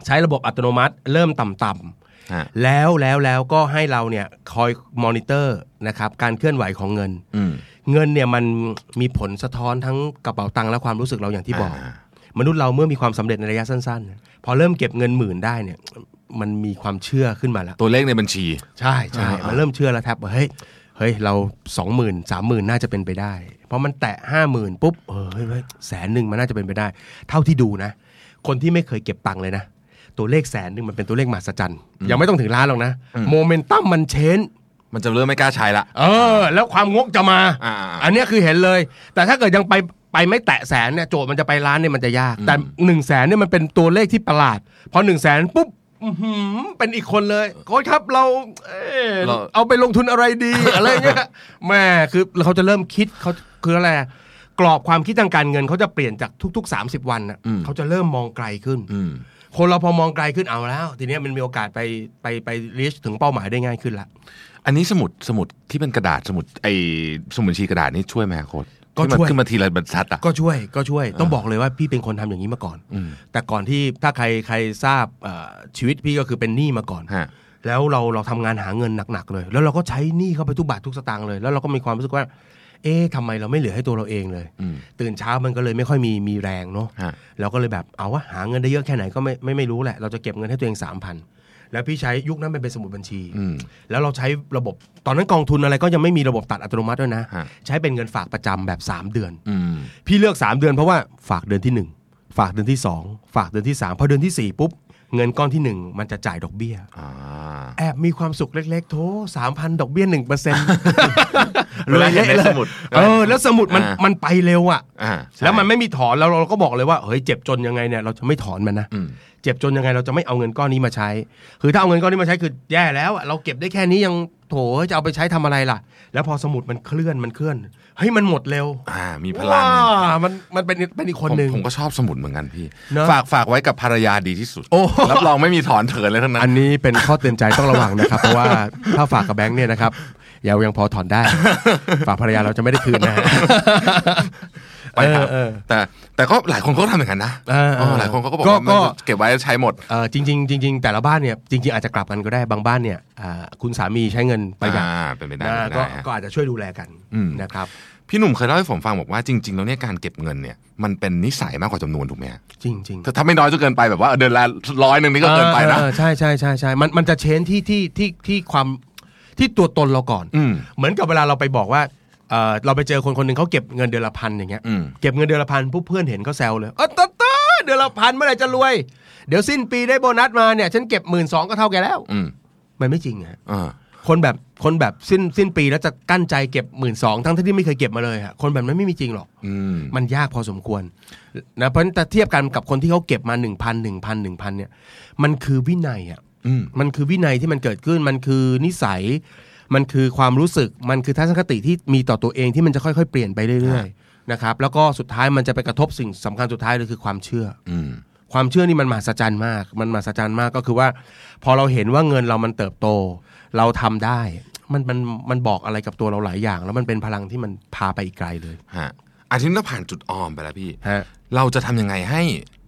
[SPEAKER 3] ใช้ระบบอัตโนมัติ เริ่มต่ำ
[SPEAKER 2] ฮะ
[SPEAKER 3] ๆแล้วแล้วแล้วก็ให้เราเนี่ยคอยมอนิเตอร์นะครับการเคลื่อนไหวของเงิน
[SPEAKER 2] อืม
[SPEAKER 3] เงินเนี่ยมันมีผลสะท้อนทั้งกระเป๋าตังค์และความรู้สึกเราอย่างที่บอก
[SPEAKER 2] าม
[SPEAKER 3] นุษย์เราเมื่อมีความสำเร็จในระยะสั้นๆเนี่ยพอเริ่มเก็บเงินหมื่นได้เนี่ยมันมีความเชื่อขึ้นมาละ
[SPEAKER 2] ตัวเลขในบัญชี
[SPEAKER 3] ใช่ใช่
[SPEAKER 2] อ่าอ่ามั
[SPEAKER 3] มันเริ่มเชื่อแล้วแท็บว่าเฮ้ยเฮ้ยเราสองหมื่นสามหมื่นน่าจะเป็นไปได้ เพราะมันแตะห้าหมื่นปุ๊บเออเฮ้ยเฮ้ยแสนหนึ่งมันน่าจะเป็นไปได้ เท่าที่ดูนะ คนที่ไม่เคยเก็บตังค์เลยนะ ตัวเลขแสนหนึ่งมันเป็นตัวเลขมหัศจรรย์ยังไม่ต้องถึงล้านหรอกนะโมเมนตัมมันเชน
[SPEAKER 2] มันจะเริ่มไม่กล้าใช้ละ
[SPEAKER 3] เออ แล้วความงกจะมา
[SPEAKER 2] อ่าอ่าอ่า
[SPEAKER 3] นเนี้ยคือเห็นเลย แต่ถ้าเกิดยังไปไปไม่แตะแสนเนี่ยโจทย์มันจะไปล้านเนี่ยมันจะยาก แต่หนึ่งแสนเนี่ยมันเป็นตัวเลขที่ประหลาดพอหนึ่งแสนปุ๊บอื้อหือเป็นอีกคนเลยโค้ชครับเราเอ่อ
[SPEAKER 2] เรา
[SPEAKER 3] เอาไปลงทุนอะไรดี อะไรเงี้ย แม่คือเขาจะเริ่มคิดเขาคืออะไรอะกรอบความคิดทางการเงินเขาจะเปลี่ยนจากทุก ๆ 30 วันน่ะ
[SPEAKER 2] อืม
[SPEAKER 3] เขาจะเริ่มมองไกลขึ้น
[SPEAKER 2] อืม
[SPEAKER 3] คนเราพอมองไกลขึ้นเอาแล้ว ทีเนี้ยมันมีโอกาสไปไปไปรีชถึงเป้าหมายได้ง่ายขึ้นละ
[SPEAKER 2] อันนี้สมุดสมุดที่เป็นกระดาษสมุดไอ้สมุดบัญชีกระดาษนี่ช่วยไหมครับโค้ด
[SPEAKER 3] ก็ช่วย
[SPEAKER 2] ที่มันขึ้นมาทีละบรรทัดอ่ะ
[SPEAKER 3] ก็ช่วยก็ช่วยต้องบอกเลยว่าพี่เป็นคนทำอย่างนี้มาก่อน
[SPEAKER 2] อืม
[SPEAKER 3] แต่ก่อนที่ถ้าใครใครทราบเอ่อชีวิตพี่ก็คือเป็นหนี้มาก่อน
[SPEAKER 2] ฮะ
[SPEAKER 3] แล้วเราเราทำงานหาเงินหนักๆเลย แล้วเราก็ใช้หนี้เข้าไปทุกบาททุกสตางค์เลย แล้วเราก็มีความรู้สึกว่า เอ๊ะทำไมเราไม่เหลือให้ตัวเราเองเลย
[SPEAKER 2] อืม
[SPEAKER 3] ตื่นเช้ามันก็เลยไม่ค่อยมีมีแรงเนาะ
[SPEAKER 2] ฮะ
[SPEAKER 3] เราก็เลยแบบเอาวะหาเงินได้เยอะแค่ไหนก็ไม่ไม่ไม่รู้แหละ เราจะเก็บเงินให้ตัวเองสามพันแล้วพี่ใช้ยุคนั้นมันเป็นสมุดบัญชี
[SPEAKER 2] อืม
[SPEAKER 3] แล้วเราใช้ระบบตอนนั้นกองทุนอะไรก็ยังไม่มีระบบตัดอัตโนมัติด้วยนะ
[SPEAKER 2] ฮะ
[SPEAKER 3] ใช้เป็นเงินฝากประจำแบบสามเดือน
[SPEAKER 2] อืม
[SPEAKER 3] พี่เลือก 3 เดือนเพราะว่าฝากเดือนที่ 1 ฝากเดือนที่ 2 ฝากเดือนที่ 3 พอเดือนทีสี่4 ปุ๊บ เงินก้อนที่ 1 มันจะจ่ายดอกเบี้ย
[SPEAKER 2] อ่า
[SPEAKER 3] แอบมีความสุขเล็ก ๆ โถสามพันดอกเบี้ยหนึ่งเปอร์เซ็น ต์
[SPEAKER 2] เวลาเห็นในสมุด
[SPEAKER 3] เออ แล้วสมุดมัน
[SPEAKER 2] อ่ามั
[SPEAKER 3] มันไปเร็วอ่ะ
[SPEAKER 2] อ่าใช่
[SPEAKER 3] แล้วมันไม่มีถอนแล้วเราก็บอกเลยว่าเฮ้ยเจ็บจนยังไงเนี่ยเราจะไม่ถอนมันนะ
[SPEAKER 2] อืม
[SPEAKER 3] เจ็บจนยังไงเราจะไม่เอาเงินก้อนนี้มาใช้ คือถ้าเอาเงินก้อนนี้มาใช้คือแย่แล้วอะเราเก็บได้แค่นี้ยัง โถจะเอาไปใช้ทำอะไรล่ะ แล้วพอสมุดมันเคลื่อนมันเคลื่อนเฮ้ยมันหมดเร็ว
[SPEAKER 2] อ่ามีพลัง
[SPEAKER 3] ว้ามันมันเป็นเป็นอีกคนหนึ่ง
[SPEAKER 2] ผมผมก็ชอบสมุดเหมือนกันพี่
[SPEAKER 3] เนอะ
[SPEAKER 2] ฝากฝากไว้กับภรรยาดีที่สุดรับรองไม่มีถอนเถินเลยทั้งนั้
[SPEAKER 3] อั
[SPEAKER 2] น
[SPEAKER 3] นนี้เป็นข้อเตือนใจต้องระวังนะครับ เพราะว่าถ้าฝากกับแบงค์เนี่ยนะครับอย่ายังพอถอนได้ ฝากภรรยาเราจะไม่ได้คืนนะ ฮะ
[SPEAKER 2] ไปครับ
[SPEAKER 3] เออเออ
[SPEAKER 2] แต่แต่ก็หลายคนก็ทำอย่างนั้นนะ
[SPEAKER 3] เออเออ
[SPEAKER 2] เออหลายคนเขาก็บอก
[SPEAKER 3] ก็
[SPEAKER 2] ว่ามัน
[SPEAKER 3] ก็
[SPEAKER 2] เก็บไว้ใช้หมด
[SPEAKER 3] เอ่อจริงๆจริงๆแต่ละบ้านเนี่ยจริง ๆอาจจะกลับกันก็ได้บางบ้านเนี่ยอ่าคุณสามีใช้เงินประหยัด
[SPEAKER 2] อ่าเป็นไปได้
[SPEAKER 3] นะ
[SPEAKER 2] เป็นไป
[SPEAKER 3] ก็
[SPEAKER 2] ได้ฮะ
[SPEAKER 3] ก็อาจจะช่วยดูแลกัน
[SPEAKER 2] อืม
[SPEAKER 3] นะครับ
[SPEAKER 2] พี่หนุ่มเคยเล่าให้ผมฟังบอกว่าจริง ๆ แล้วเนี่ยการเก็บเงินเนี่ยมันเป็นนิสัยมากกว่าจำนวนถูกไหมฮะ
[SPEAKER 3] จริงๆ
[SPEAKER 2] ถ้าถ้าไม่น้อยจนเกินไปแบบว่าเดือนละร้อยหนึ่งนี่ก็เกินไปนะ
[SPEAKER 3] ออออใช่ใช่ใช่ใช่มันมันจะเชนที่ที่ที่ที่ความที่ตัวตนเราก่อน
[SPEAKER 2] อืม
[SPEAKER 3] เหมือนกับเวลาเราไปบอกว่าเออเราไปเจอคนคนหนึ่งเขาเก็บเงินเดือนละพันอย่างเงี้ย
[SPEAKER 2] อืม
[SPEAKER 3] เก็บเงินเดือนละพันปุ๊บเพื่อนเห็นก็แซวเลยเออตะตะเดือนละพันเมื่อไหร่จะรวย เดี๋ยวสิ้นปีได้โบนัสมาเนี่ย ฉันเก็บหมื่นสองก็เท่าแกแล้ว
[SPEAKER 2] อืม
[SPEAKER 3] มันไม่จริงฮะ
[SPEAKER 2] เออ
[SPEAKER 3] คนแบบคนแบบสิ้นสิ้นปีแล้วจะกั้นใจเก็บหมื่นสองทั้งที่ไม่เคยเก็บมาเลยฮะคนแบบนั้นไม่มีจริงหรอก
[SPEAKER 2] อืม
[SPEAKER 3] มันยากพอสมควรนะเพราะฉะนั้นแต่เทียบกันกับคนที่เขาเก็บมา 1 0 0 0 1 0 0 1,000เนี่ยมันคือวินัยอ่ะ
[SPEAKER 2] อืม
[SPEAKER 3] มันคือวินัยที่มันเกิดขึ้นมันคือนิสัย มันคือความรู้สึกมันคือทัศนคติที่มีต่อตัวเองที่มันจะค่อยๆเปลี่ยนไปเรื่อยๆนะครับแล้วก็สุดท้ายมันจะไปกระทบสิ่งสำคัญสุดท้ายเลยคือความเชื่อ
[SPEAKER 2] อืม
[SPEAKER 3] ความเชื่อนี่มันมหัศจรรย์มาก มันมหัศจรรย์มากก็คือว่า พอเราเห็นว่าเงินเรามันเติบโต เราทำได้ มันมันมันบอกอะไรกับตัวเราหลายอย่าง แล้วมันเป็นพลังที่มันพาไปอีกไกลเลย
[SPEAKER 2] ฮะอาทิตย์เราผ่านจุดออมไปแล้วพี่
[SPEAKER 3] ฮะ
[SPEAKER 2] เราจะทำยังไงให้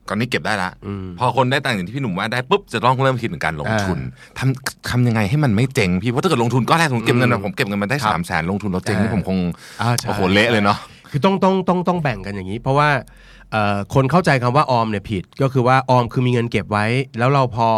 [SPEAKER 2] ก่อนนี้เก็บได้ละพอคนได้ตังค์อย่างที่พี่หนุ่มว่าได้ปุ๊บจะต้องเริ่มคิดถึงการลงทุนทำทำยังไงให้มันไม่เจ๊งพี่เพราะถ้าเกิดลงทุนก็แรกผมเก็บเงินมาผมเก็บเงินมาได้สามแสนลงทุนเราเจ๊งนี่ผมคง
[SPEAKER 3] อ่าใช่
[SPEAKER 2] โอ้โหเละเลยเนาะ
[SPEAKER 3] คือต้องต้องต้องต้องแบ่งกันอย่างนี้ เพราะว่าเอ่อคนเข้าใจคำว่าออมเนี่ยผิดก็คือว่าออมคือมีเงินเก็บไว้ แล้วเราพอ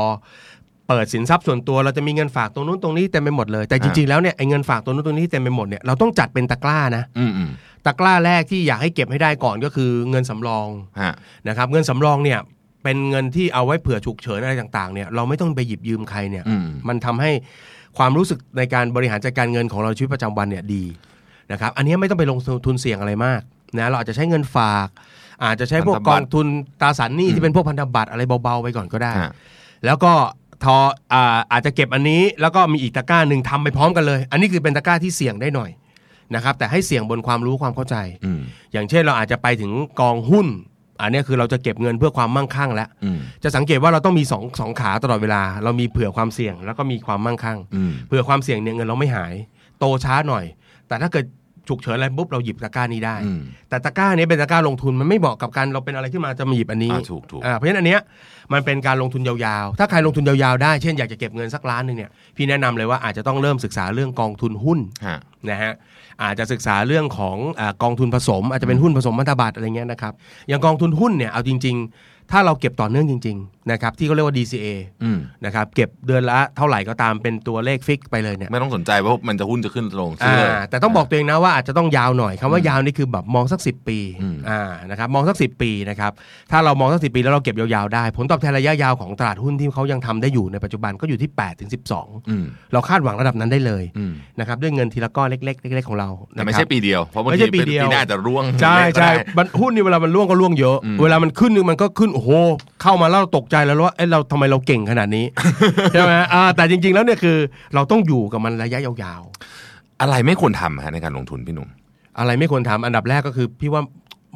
[SPEAKER 3] เปิดสินทรัพย์ส่วนตัวเราจะมีเงินฝากตรงนู้นตรงนี้เต็มไปหมดเลยแต่จริงๆแล้วเนี่ยไอ้เงินฝากตรงนู้นตรงนี้เต็มไปหมดเนี่ยเราต้องจัดเป็นตะกร้านะ
[SPEAKER 2] อืมอืม
[SPEAKER 3] ตะกร้าแรกที่อยากให้เก็บให้ได้ก่อนก็คือเงินสำรอง
[SPEAKER 2] ฮะ
[SPEAKER 3] นะครับเงินสำรองเนี่ยเป็นเงินที่เอาไว้เผื่อฉุกเฉินอะไรต่างๆเนี่ยเราไม่ต้องไปหยิบยืมใครเนี่ย
[SPEAKER 2] อืม
[SPEAKER 3] มันทำให้ความรู้สึกในการบริหารจัดการเงินของเราชีวิตประจำวันเนี่ยดี นะครับอันนี้ไม่ต้องไปลงทุนเสี่ยงอะไรมากนะเราอาจจะใช้เงินฝาก อาจจะใช้พวกกองทุนตราสารหนี้ที่เป็นพวกพันธบัตรอะไรเบาๆไปก่อนก็ได้
[SPEAKER 2] ฮะ
[SPEAKER 3] แล้วก็ทออาอาจจะเก็บอันนี้ แล้วก็มีอีกตะกร้าหนึ่งทำไปพร้อมกันเลย อันนี้คือเป็นตะกร้าที่เสี่ยงได้หน่อยนะครับแต่ให้เสี่ยงบนความรู้ความเข้าใจ
[SPEAKER 2] อืม
[SPEAKER 3] อย่างเช่นเราอาจจะไปถึงกองหุ้น อันนี้คือเราจะเก็บเงินเพื่อความมั่งคั่งแล้ว
[SPEAKER 2] อืม
[SPEAKER 3] จะสังเกตว่าเราต้องมีสองสองขาตลอดเวลา เรามีเผื่อความเสี่ยงแล้วก็มีความมั่งคั่ง
[SPEAKER 2] อืม
[SPEAKER 3] เผื่อความเสี่ยงเนี่ยเงินเราไม่หาย โตช้าหน่อย แต่ถ้าเกิดฉุกเฉินอะไรปุ๊บเราหยิบตะกร้านี้ได้
[SPEAKER 2] อืม
[SPEAKER 3] แต่ตะกร้านี้เป็นตะกร้าลงทุนมันไม่เหมาะกับการเราเป็นอะไรขึ้นมาจะมาหยิบอันนี้
[SPEAKER 2] อ่าถูกถูก
[SPEAKER 3] อ่าเพราะฉะนั้นอันเนี้ยมันเป็นการลงทุนยาวๆ ถ้าใครลงทุนยาวๆได้เช่นอยากจะเก็บเงินสักล้านหนึ่งเนี่ยพี่แนะนำเลยว่าอาจจะต้องเริ่มศึกษาเรื่องกองทุนหุ้น
[SPEAKER 2] ฮะ
[SPEAKER 3] นะฮะอาจจะศึกษาเรื่องของอ่ากองทุนผสม อาจจะเป็นหุ้นผสมพันธบัตรอะไรเงี้ยนะครับอย่างกองทุนหุ้นเนี่ยเอาจริง ๆ ถ้าเราเก็บต่อเนื่องจริงๆนะครับที่เขาเรียกว่า DCA
[SPEAKER 2] อืม
[SPEAKER 3] นะครับเก็บเดือนละเท่าไหร่ก็ตามเป็นตัวเลขฟิกไปเลยเนี่ย
[SPEAKER 2] ไม่ต้องสนใจว่ามันจะหุ้นจะขึ้นจะลงซื้
[SPEAKER 3] อ่า
[SPEAKER 2] อเลย
[SPEAKER 3] แต่ต้องบอกตัวเองนะว่าอาจจะต้องยาวหน่อยคำว่ายาวนี่คือแบบมองสักสิปี
[SPEAKER 2] อืม
[SPEAKER 3] อ่านะครับมองสักสิปีนะครับถ้าเรามองสักสิปีแล้วเราเก็บยาวๆได้ ผลตอบแทนระยะยาวของตลาดหุ้นที่เขายังทำได้อยู่ในปัจจุบันก็อยู่ที่8ปดถึงสิ
[SPEAKER 2] อืม
[SPEAKER 3] เราคาดหวังระดับนั้นได้เลย
[SPEAKER 2] อืม
[SPEAKER 3] นะครับด้วยเงินทีละก้อนเล็กๆเล็กๆของเรา
[SPEAKER 2] แต่
[SPEAKER 3] นะครับ
[SPEAKER 2] ไม่ใช่ปีเดียวเพราะบาง
[SPEAKER 3] ไม่ใช่
[SPEAKER 2] ที
[SPEAKER 3] ปีเดียว
[SPEAKER 2] ปีหน้าจะร่วง
[SPEAKER 3] ใช่
[SPEAKER 2] ก็
[SPEAKER 3] ใช่
[SPEAKER 2] ได้
[SPEAKER 3] มันหุ้นนี่เวลามันร่วงก็ร่วงเยอะ
[SPEAKER 2] อืม
[SPEAKER 3] เวลามันขึ้นนึงมันก็ขึ้นโอ้โหเข้ามาแล้วเราตกใจแล้วว่าเอ้เราทำไมเราเก่งขนาดนี้ ใช่ไหมอ่าแต่จริงๆแล้วเนี่ยคือเราต้องอยู่กับมันระยะยาวๆ
[SPEAKER 2] อะไรไม่ควรทำฮะในการลงทุนพี่หนุ่ม
[SPEAKER 3] อะไรไม่ควรทำอันดับแรกก็คือพี่ว่า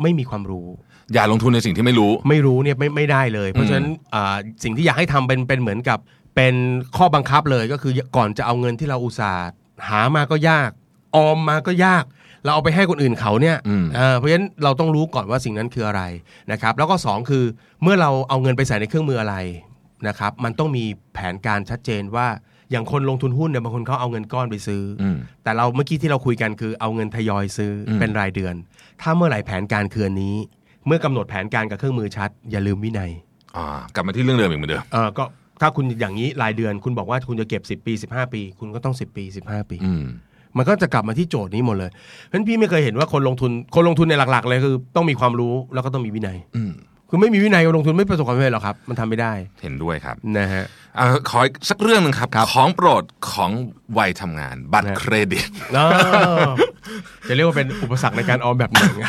[SPEAKER 3] ไม่มีความรู้
[SPEAKER 2] อย่าลงทุนในสิ่งที่ไม่รู้
[SPEAKER 3] ไม่รู้เนี่ยไม่ไม่ได้เลย เพราะฉะนั้นอ่าสิ่งที่อยากให้ทำเป็นเป็นเหมือนกับเป็นข้อบังคับเลยก็คือก่อนจะเอาเงินที่เราอุตส่าห์หามาก็ยาก ออมมาก็ยาก เราเอาไปให้คนอื่นเขาเนี่ย
[SPEAKER 2] อืม
[SPEAKER 3] เออเพราะฉะนั้นเราต้องรู้ก่อนว่าสิ่งนั้นคืออะไรนะครับแล้วก็สองคือเมื่อเราเอาเงินไปใส่ในเครื่องมืออะไรนะครับมันต้องมีแผนการชัดเจนว่าอย่างคนลงทุนหุ้นเนี่ยบางคนเขาเอาเงินก้อนไปซื้ออ
[SPEAKER 2] อืม
[SPEAKER 3] แต่เราเมื่อกี้ที่เราคุยกันคือเอาเงินทยอยซื้ออ
[SPEAKER 2] ม
[SPEAKER 3] เป็นรายเดือน ถ้าเมื่อไหร่แผนการคืออันนี้ เมื่อกำหนดแผนการกับเครื่องมือชัด อย่าลืมวินัย
[SPEAKER 2] อ่ากลับมาที่เรื่องเดิมอีกเหมือนเดิม
[SPEAKER 3] เออก็ถ้าคุณอย่างนี้รายเดือน คุณบอกว่าคุณจะเก็บ 10 ปี 15 ปี คุณก็ต้อง 10 ปี 15 ปี
[SPEAKER 2] อืม
[SPEAKER 3] มันก็จะกลับมาที่โจทย์นี้หมดเลยเพราะฉะนั้นพี่ไม่เคยเห็นว่าคนลงทุนคนลงทุนในยหลัก ๆ เลยคือ ต้องมีความรู้แล้วก็ต้องมีวินัย
[SPEAKER 2] อืม
[SPEAKER 3] คือไม่มีวินัยการลงทุนไม่ประสบความสำเร็จหรอกครับ มันทำไม่ได้
[SPEAKER 2] เห็นด้วยครับ
[SPEAKER 3] นะฮะ
[SPEAKER 2] เออขออีกสักเรื่องหนึงครับ ของโปรดของวัยทำงาน บัตร
[SPEAKER 3] นะ
[SPEAKER 2] เครดิต
[SPEAKER 3] เออจะเรียกว่าเป็นอุปสรรคในการออมแบบหนึ่ง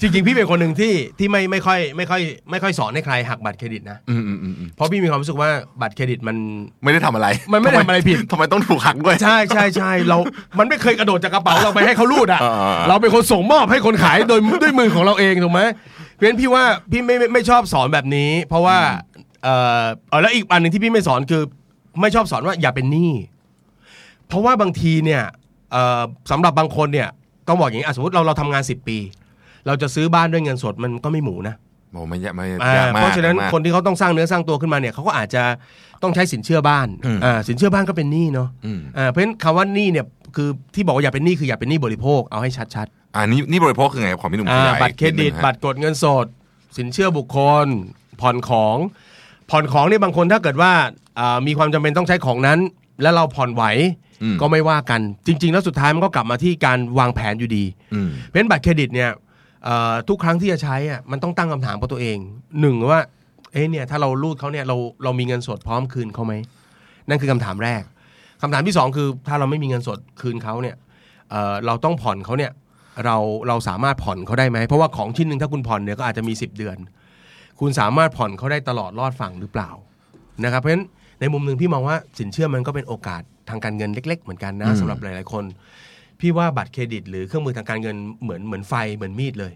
[SPEAKER 3] จริงๆ พี่เป็นคนหนึ่งที่ที่ไม่ไม่ค่อยไม่ค่อยไม่ค่อยสอนให้ใครหักบัตรเครดิตนะ
[SPEAKER 2] อืมอืมอืมอืม
[SPEAKER 3] เพราะพี่มีความรู้สึกว่าบัตรเครดิตมัน
[SPEAKER 2] ไม่ได้ทำอะไร
[SPEAKER 3] มันไม่
[SPEAKER 2] ำ
[SPEAKER 3] ได้ทำอะไรผิด
[SPEAKER 2] ทำไมต้องถูกหักด้วย
[SPEAKER 3] ใช่ใช่ใช่เรา มันไม่เคยกระโดดจากกระเป๋าเราไปให้เขารูดอ่ะ
[SPEAKER 2] อ่าอ่าอ่า
[SPEAKER 3] เราเป็นคนส่งมอบให้คนขายโดยด้วยมือของเราเองถูกไหมเพราะฉะนั้นพี่ว่าพี่ไม่ไม่ไม่ชอบสอนแบบนี้ เพราะว่าเออเอาแล้วอีกอันหนึ่งที่พี่ไม่สอนคือไม่ชอบสอนว่าอย่าเป็นหนี้เพราะว่าบางทีเนี่ยเอ่อสำหรับบางคนเนี่ยต้องบอกอย่างนี้อ่ะสมมติเราเราทำงาน10ปี เราจะซื้อบ้านด้วยเงินสดมันก็ไม่หมูนะ
[SPEAKER 2] โอ้ไม่ยากไม่
[SPEAKER 3] อ่าย
[SPEAKER 2] ากมาก
[SPEAKER 3] เพราะฉะนั้
[SPEAKER 2] ย
[SPEAKER 3] น
[SPEAKER 2] กมก
[SPEAKER 3] คนที่เขาต้องสร้างเนื้อสร้างตัวขึ้นมาเนี่ยเขาก็อาจจะต้องใช้สินเชื่อบ้าน
[SPEAKER 2] อืม
[SPEAKER 3] อ่าสินเชื่อบ้านก็เป็นหนี้เนาะ
[SPEAKER 2] อืม
[SPEAKER 3] อ่าเพราะฉะนั้นคำว่าหนี้เนี่ยคือที่บอกว่าอย่าเป็นหนี้คืออย่าเป็นหนี้บริโภคเอาให้ชัด
[SPEAKER 2] อ่านี่นี่บริโภคคือไงของพี่หนุ่ม
[SPEAKER 3] ๆอ่า
[SPEAKER 2] ขยาย
[SPEAKER 3] บัตรเครดิต
[SPEAKER 2] นินึงฮะ
[SPEAKER 3] บัตรกดเงินสด สินเชื่อบุคคล ผ่อนของ ผ่อนของเนี่ยบางคนถ้าเกิดว่าอ่ามีความจำเป็นต้องใช้ของนั้น แล้วเราผ่อนไหว
[SPEAKER 2] อืม
[SPEAKER 3] ก็ไม่ว่ากัน จริง ๆ แล้วสุดท้ายมันก็กลับมาที่การวางแผนอยู่ดี
[SPEAKER 2] อืม
[SPEAKER 3] เพราะฉะนั้นบัตรเครดิตเนี่ยเอ่อทุกครั้งที่จะใช้อ่ะมันต้องตั้งคำถามกับตัวเองหนึ่งว่าเอ้เนี่ยถ้าเรารูดเขาเนี่ยเราเรามีเงินสดพร้อมคืนเขาไหมนั่นคือคำถามแรกคำถามที่สองคือถ้าเราไม่มีเงินสดคืนเขาเนี่ยเอ่อเราต้องผ่อนเขาเนี่ยเราเราสามารถผ่อนเขาได้ไหมเพราะว่าของชิ้นหนึ่งถ้าคุณผ่อนเนี่ยก็อาจจะมี 10 เดือน คุณสามารถผ่อนเขาได้ตลอดรอดฝั่งหรือเปล่านะครับเพราะฉะนั้นในมุมหนึ่งพี่มองว่าสินเชื่อมันก็เป็นโอกาสทางการเงินเล็ก ๆ เหมือนกัน
[SPEAKER 2] อื
[SPEAKER 3] นะ
[SPEAKER 2] ม
[SPEAKER 3] สำหรับหลายๆคน พี่ว่าบัตรเครดิต หรือเครื่องมือทางการเงินเหมือนเหมือนไฟเหมือนมีดเลย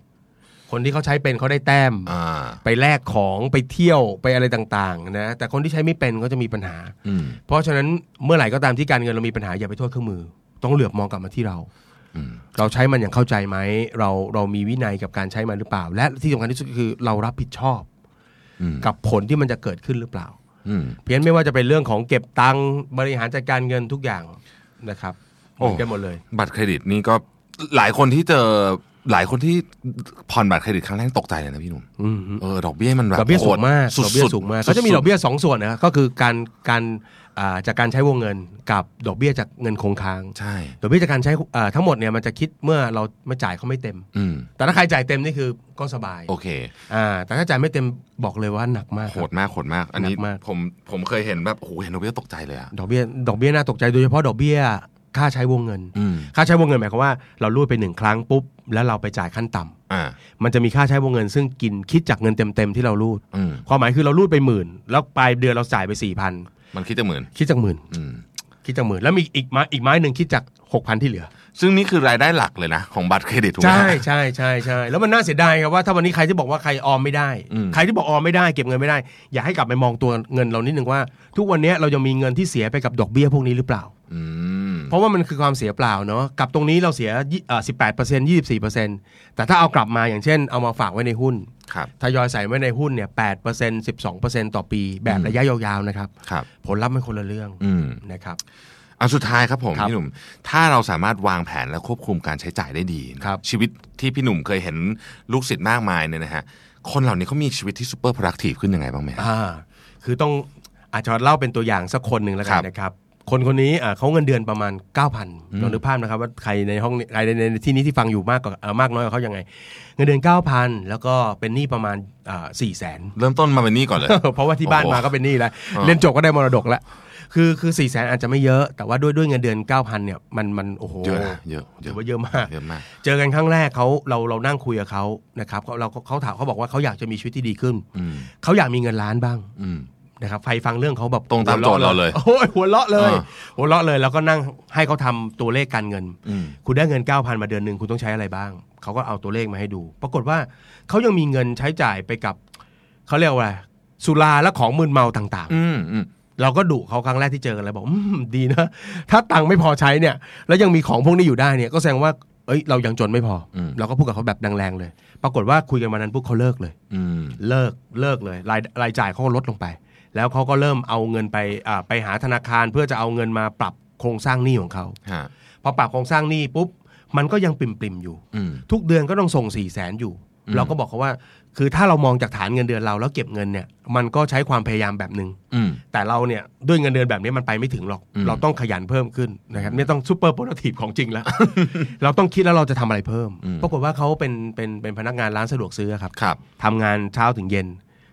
[SPEAKER 3] คนที่เขาใช้เป็นเขาได้แต้ม
[SPEAKER 2] อ่า
[SPEAKER 3] ไปแลกของไปเที่ยวไปอะไรต่างๆนะแต่คนที่ใช้ไม่เป็นก็จะมีปัญหา
[SPEAKER 2] อืม
[SPEAKER 3] เพราะฉะนั้นเมื่อไหร่ก็ตามที่การเงินเรามีปัญหาอย่าไปโทษเครื่องมือ ต้องเหลือบมองกลับมาที่เรา
[SPEAKER 2] อืม
[SPEAKER 3] เราใช้มันอย่างเข้าใจไหมเราเรามีวินัยกับการใช้มันหรือเปล่า และที่สำคัญที่สุดคือเรารับผิดชอบ
[SPEAKER 2] อืม
[SPEAKER 3] กับผลที่มันจะเกิดขึ้นหรือเปล่า
[SPEAKER 2] อืม
[SPEAKER 3] เพี้ยนไม่ว่าจะเป็นเรื่องของเก็บตังค์บริหารจัดการเงินทุกอย่างนะครับเห
[SPEAKER 2] โอ้
[SPEAKER 3] มือนกันหมดเลย
[SPEAKER 2] บัตรเครดิตนี่ก็หลายคนที่เจอหลายคนที่ผ่อนบัตรเครดิตครั้งแรกตกใจเลยนะพี่หนุ่ม
[SPEAKER 3] อืม
[SPEAKER 2] เออดอกเบี้ยมันแบบ
[SPEAKER 3] ดอกเบี้ยสูงมาก
[SPEAKER 2] สุด
[SPEAKER 3] ดอกเบี้ย
[SPEAKER 2] ๆ
[SPEAKER 3] สูงมากเขาจะมีดอกเบี้ยสองส่วนนะครับก็คือการการอ่าจากการใช้วงเงินกับดอกเบี้ยจากเงินคงค้าง
[SPEAKER 2] ใช่
[SPEAKER 3] ดอกเบี้ยจากการใช้อ่าทั้งหมดเนี่ยมันจะคิดเมื่อเราไม่จ่ายเขาไม่เต็ม
[SPEAKER 2] อืม
[SPEAKER 3] แต่ถ้าใครจ่ายเต็มนี่คือก็สบาย
[SPEAKER 2] โอเค
[SPEAKER 3] อ่าแต่ถ้าจ่ายไม่เต็มบอกเลยว่าหนักมาก
[SPEAKER 2] โห
[SPEAKER 3] ครับ
[SPEAKER 2] ดมากโหดมาก อันนี้
[SPEAKER 3] หนักมาก
[SPEAKER 2] ผมผมเคยเห็นแบบโอ้โหเห็นดอกเบี้ยตกใจเลยอ่ะ
[SPEAKER 3] ดอกเบี้ยดอกเบี้ยน่าตกใจโดยเฉพาะดอกเบี้ยค่าใช้วงเงิน
[SPEAKER 2] อืม
[SPEAKER 3] ค่าใช้วงเงินหมายความว่าเรารูดไปหนึ่งครั้งปุ๊บแล้วเราไปจ่ายขั้นต่ำ
[SPEAKER 2] อ่า
[SPEAKER 3] มันจะมีค่าใช้วงเงิน ซึ่งกินคิดจากเงินเต็มๆที่เรารูด
[SPEAKER 2] อืม
[SPEAKER 3] ความหมายคือเรารูดไปหมื่นแล้วปลายเดือนเราจ่ายไปสี่พัน
[SPEAKER 2] มันคิดจะหมื่น
[SPEAKER 3] คิดจากหมื่น
[SPEAKER 2] อืม
[SPEAKER 3] คิดจากหมื่นแล้วมีอีกไม้อีกไม้หนึ่งคิดจากหกพันที่เหลือ
[SPEAKER 2] ซึ่งนี่คือรายได้หลักเลยนะ ของบัตรเครดิตถูกไหม
[SPEAKER 3] ใช่ใช่ใช่ใช่แล้วมันน่าเสียดายครับว่าถ้าวันนี้ใครที่บอกว่าใครออมไม่ได้
[SPEAKER 2] อืม
[SPEAKER 3] ใครที่บอกออมไม่ได้เก็บเงินไม่ได้ อยากให้กลับไปมองตัวเงินเรานิดนึงว่า ทุกวันนี้เรายังมีเงินที่เสียไปกับดอกเบี้ยพวกนี้หรือเปล่า
[SPEAKER 2] อืม
[SPEAKER 3] เพราะว่ามันคือความเสียเปล่าเนาะกับตรงนี้เราเสียยี่เอ่อสิบแปดเปอร์เซ็นต์ยี่สิบสี่เปอร์เซ็นต์แต่ถ้าเอากลับมาอย่างเช่น เอามาฝากไว้ในหุ้น
[SPEAKER 2] ครับ
[SPEAKER 3] ทยอยใส่ไว้ในหุ้นเนี่ยแปดเปอร์เซ็นต์สิบสองเปอร์เซ็นต์ต่อปีแบบระยะยาวๆนะครับ
[SPEAKER 2] ครับ
[SPEAKER 3] ผลลัพธ์มันคนละเรื่อง
[SPEAKER 2] อืม
[SPEAKER 3] นะครับ
[SPEAKER 2] อันสุดท้ายครับผม
[SPEAKER 3] ครับ
[SPEAKER 2] พี่หนุ่ม ถ้าเราสามารถวางแผนและควบคุมการใช้จ่ายได้ดีนะครับ ชีวิตที่พี่หนุ่มเคยเห็นลูกศิษย์มากมายเนี่ยนะฮะคนเหล่านี้เขามีชีวิตที่ซูเปอร์ productive ขึ้นยังไงบ้างไหมฮะ
[SPEAKER 3] อ่าคือต้องอาจจะเล่าเป็นตัวอย่างสักคนหนึ่งแล้วกั
[SPEAKER 2] ครั
[SPEAKER 3] น
[SPEAKER 2] บ
[SPEAKER 3] นะครับ คนคนนี้อ่าเขาเงินเดือนประมาณ 9,000ลองนึกภาพนะครับว่าใครในห้องนี้ใครในในที่นี้ที่ฟังอยู่มากกว่าเอ่อมากน้อยกว่าเขายังไง เงินเดือน 9,000 แล้วก็เป็นหนี้ประมาณสี่แสน
[SPEAKER 2] เริ่มต้นมาเป็นนี่ก่อนเลย
[SPEAKER 3] เพราะว่าที่บ้านมาก็เป็นหนี้แล้ว
[SPEAKER 2] อ่า
[SPEAKER 3] เรียนจบก็ได้มรดกแล้วคือคือสี่แสนอาจจะไม่เยอะ แต่ว่าด้วยด้วยเงินเดือน 9,000เนี่ยมันมันโอ้โห
[SPEAKER 2] เยอะนะเยอะเย
[SPEAKER 3] ถื
[SPEAKER 2] อะ
[SPEAKER 3] อว่าเยอะมาก
[SPEAKER 2] เยอะมาก
[SPEAKER 3] เจอกันครั้งแรกเขาเราเรานั่งคุยกับเขานะครับเขาเราเขาถามเขาบอกว่าเขาอยากจะมีชีวิตที่ดีขึ้น
[SPEAKER 2] อืม
[SPEAKER 3] เขาอยากมีเงินล้านบ้าง
[SPEAKER 2] อืม
[SPEAKER 3] นะครับไฟฟังเรื่องเขาแบบ
[SPEAKER 2] ตรงตามโจทย์เราเลย
[SPEAKER 3] โอ้ยหัวเราะเลย
[SPEAKER 2] อ่า
[SPEAKER 3] หัวเราะเลยแล้วก็นั่งให้เขาทำตัวเลขการเงิน
[SPEAKER 2] อืม
[SPEAKER 3] คุณได้เงิน 9,000 มาเดือนหนึ่งคุณต้องใช้อะไรบ้าง เขาก็เอาตัวเลขมาให้ดู ปรากฏว่าเขายังมีเงินใช้จ่ายไปกับเขาเรียกว่าอะไรสุราและของมึนเมาต่าง
[SPEAKER 2] อืมอืม
[SPEAKER 3] ๆ เราก็ดุเขาครั้งแรกที่เจอกันเลยบอกอืมดีนะ ถ้าตังค์ไม่พอใช้เนี่ย แล้วยังมีของพวกนี้อยู่ได้เนี่ยก็แสดงว่าเอ้ยเรายังจนไม่พอ
[SPEAKER 2] อืม
[SPEAKER 3] เราก็พูดกับเขาแบบแรงๆเลย ปรากฏว่าคุยกันมานั้นปุ๊บเขาเลิกเลย
[SPEAKER 2] อืม
[SPEAKER 3] เลิกเลิกเลยรายรายจ่ายเขาก็ลดลงไป แล้วเขาก็เริ่มเอาเงินไปอ่าไปหาธนาคารเพื่อจะเอาเงินมาปรับโครงสร้างหนี้ของเขา
[SPEAKER 2] ฮะ
[SPEAKER 3] พอปรับโครงสร้างหนี้ปุ๊บมันก็ยังปริ่มๆอยู่
[SPEAKER 2] อืม
[SPEAKER 3] ทุกเดือนก็ต้องส่ง4ี่แสนอยู่ เราก็บอกเขาว่า คือถ้าเรามองจากฐานเงินเดือนเราแล้วเก็บเงินเนี่ย มันก็ใช้ความพยายามแบบหนึ่ง
[SPEAKER 2] อืม
[SPEAKER 3] แต่เราเนี่ยด้วยเงินเดือนแบบนี้มันไปไม่ถึงหรอก
[SPEAKER 2] อืม
[SPEAKER 3] เราต้องขยันเพิ่มขึ้นนะครับเนี่ยต้องซูเปอร์โปรตีฟของจริง แล้ว เราต้องคิดแล้วเราจะทำอะไรเพิ่มปรากฏว่าเขาเป็นเป็นเป็นพนักงานร้านสะดวกซื้อครับ
[SPEAKER 2] ครับ
[SPEAKER 3] ทำงานเช้าถึงเย็น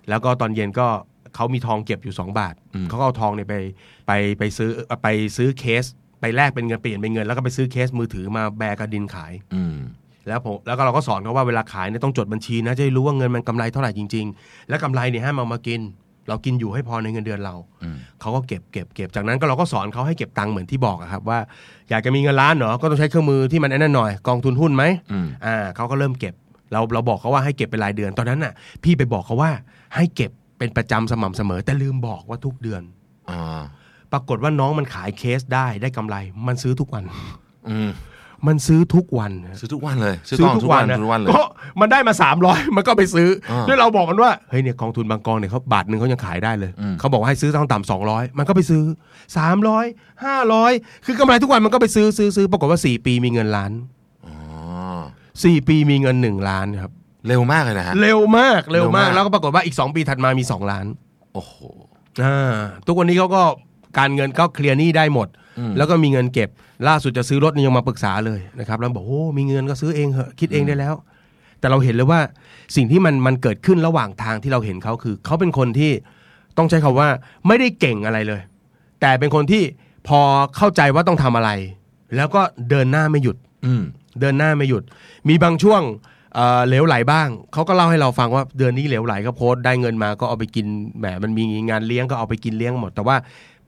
[SPEAKER 3] แล้วก็ตอนเย็นก็เขามีทองเก็บอยู่ 2 บาทเขาก็เอาทองเนี่ยไปไปไปซื้อเอ่อไปซื้อเคส ไปแลกเป็นเงินเปลี่ยนเป็นเงิน แล้วก็ไปซื้อเคสมือถือมาแบกกระดินขาย
[SPEAKER 2] อืม
[SPEAKER 3] แล้วผมแล้วก็เราก็สอนเขาว่าเวลาขายเนี่ยต้องจดบัญชีนะจะได้รู้ว่าเงินมันกำไรเท่าไหร่จริง ๆ และกำไรเนี่ยห้ามเอามากิน เรากินอยู่ให้พอในเงินเดือนเรา
[SPEAKER 2] อืม
[SPEAKER 3] เขาก็เก็บเก็บเก็บจากนั้นก็เราก็สอนเขาให้เก็บตังค์เหมือนที่บอกอะครับว่า อยากจะมีเงินล้านเหรอก็ต้องใช้เครื่องมือที่มันแน่นหน่อยกองทุนหุ้นไหม
[SPEAKER 2] อืม
[SPEAKER 3] อ่าเขาก็เริ่มเก็บเราเราบอกเขาว่าให้เก็บเป็นรายเดือนตอนนั้นน่ะ พี่ไปบอกเขาว่าให้เก็บเป็นประจำสม่ำเสมอ แต่ลืมบอกว่าทุกเดือน
[SPEAKER 2] อ่า
[SPEAKER 3] ปรากฏว่าน้องมันขายเคสได้ได้กำไร มันซื้อทุกวัน
[SPEAKER 2] อืม
[SPEAKER 3] มันซื้อทุกวันฮะ
[SPEAKER 2] ซื้อทุกวันเลย ซื้อตองทุกวันทุกวันเลย
[SPEAKER 3] ก็มันได้มา 300 มันก็ไปซื้ออา ด้วยเราบอกมันว่าเฮ้ยเนี่ยกองทุนบางกองเนี่ยเขาบาทหนึ่งเขายังขายได้เลย
[SPEAKER 2] อืม
[SPEAKER 3] เขาบอกว่าให้ซื้อตั้งต่ำสองร้อยมันก็ไปซื้อ 300 500 คือกำไรทุกวันมันก็ไปซื้อซื้อซื้อปรากฏว่า 4 ปีมีเงินล้าน
[SPEAKER 2] อ๋อ
[SPEAKER 3] 4 ปีมีเงิน 1 ล้านครับ
[SPEAKER 2] เร็วมากเลยนะฮะ
[SPEAKER 3] เร็วมากเร็ว
[SPEAKER 2] เร็ว
[SPEAKER 3] มาก
[SPEAKER 2] มาก
[SPEAKER 3] แล้วก็ปรากฏว่าอีก 2 ปีถัดมามี 2 ล้าน
[SPEAKER 2] โอ้โห
[SPEAKER 3] อ่าทุกวันนี้เขาก็การเงินก็เคลียร์หนี้ได้หมด
[SPEAKER 2] อืม
[SPEAKER 3] แล้วก็มีเงินเก็บ ล่าสุดจะซื้อรถนี่ยังมาปรึกษาเลยนะครับแล้วบอกโอ้มีเงินก็ซื้อเองเหอะคิดเองได้แล้ว แต่เราเห็นเลยว่าสิ่งที่มันมันเกิดขึ้นระหว่างทางที่เราเห็นเขาคือ เขาเป็นคนที่ต้องใช้คำว่าไม่ได้เก่งอะไรเลย แต่เป็นคนที่พอเข้าใจว่าต้องทำอะไร แล้วก็เดินหน้าไม่หยุด
[SPEAKER 2] อืม
[SPEAKER 3] เดินหน้าไม่หยุด มีบางช่วงเอ่อเหลวไหลบ้าง เขาก็เล่าให้เราฟังว่าเดือนนี้เหลวไหลก็โพสต์ได้เงินมาก็เอาไปกิน แหม มันมีงานเลี้ยงก็เอาไปกินเลี้ยงหมด แต่ว่า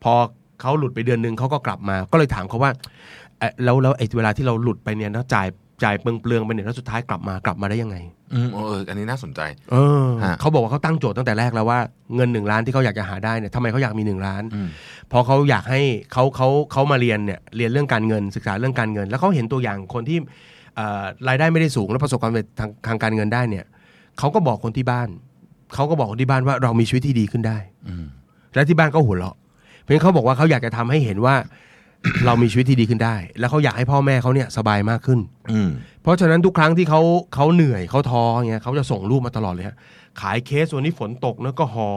[SPEAKER 3] พอเขาหลุดไปเดือนหนึ่งเขาก็กลับมา ก็เลยถามเขาว่าเอ่อแล้วแล้วไอ้เวลาที่เราหลุดไปเนี่ยนะจ่ายจ่ายเปลืองเปลืองๆไปเนี่ยแล้วสุดท้ายกลับมากลับมาได้ยังไง
[SPEAKER 2] อืมเออเอออันนี้น่าสนใจ
[SPEAKER 3] เออ
[SPEAKER 2] ฮะ
[SPEAKER 3] เขาบอกว่าเขาตั้งโจทย์ตั้งแต่แรกแล้วว่าเงินหนึ่งล้านที่เขาอยากจะหาได้เนี่ยทำไมเขาอยากมีหนึ่งล้าน
[SPEAKER 2] อืม
[SPEAKER 3] พอเขาอยากให้เขาเขาเขามาเรียนเนี่ยเรียนเรื่องการเงินศึกษาเรื่องการเงิน แล้วเขาเห็นตัวอย่างคนที่เอ่อรายได้ไม่ได้สูงแล้วประสบความสำเร็จทางทางการเงินได้เนี่ยเขาก็บอกคนที่บ้านเขาก็บอกคนที่บ้านว่าเรามีชีวิตที่ดีขึ้นได้
[SPEAKER 2] อืม
[SPEAKER 3] และที่บ้านก็หัวเราะเพราะฉะนั้นเขาบอกว่าเขาอยากจะทำให้เห็นว่า เรามีชีวิตที่ดีขึ้นได้ แล้วเขาอยากให้พ่อแม่เขาเนี่ยสบายมากขึ้น
[SPEAKER 2] อืม
[SPEAKER 3] เพราะฉะนั้นทุกครั้งที่เขาเขาเหนื่อยเขาท้อเงี้ยเขาจะส่งรูปมาตลอดเลยฮะขายเคสวันนี้ฝนตกเนอะก็หอ่อ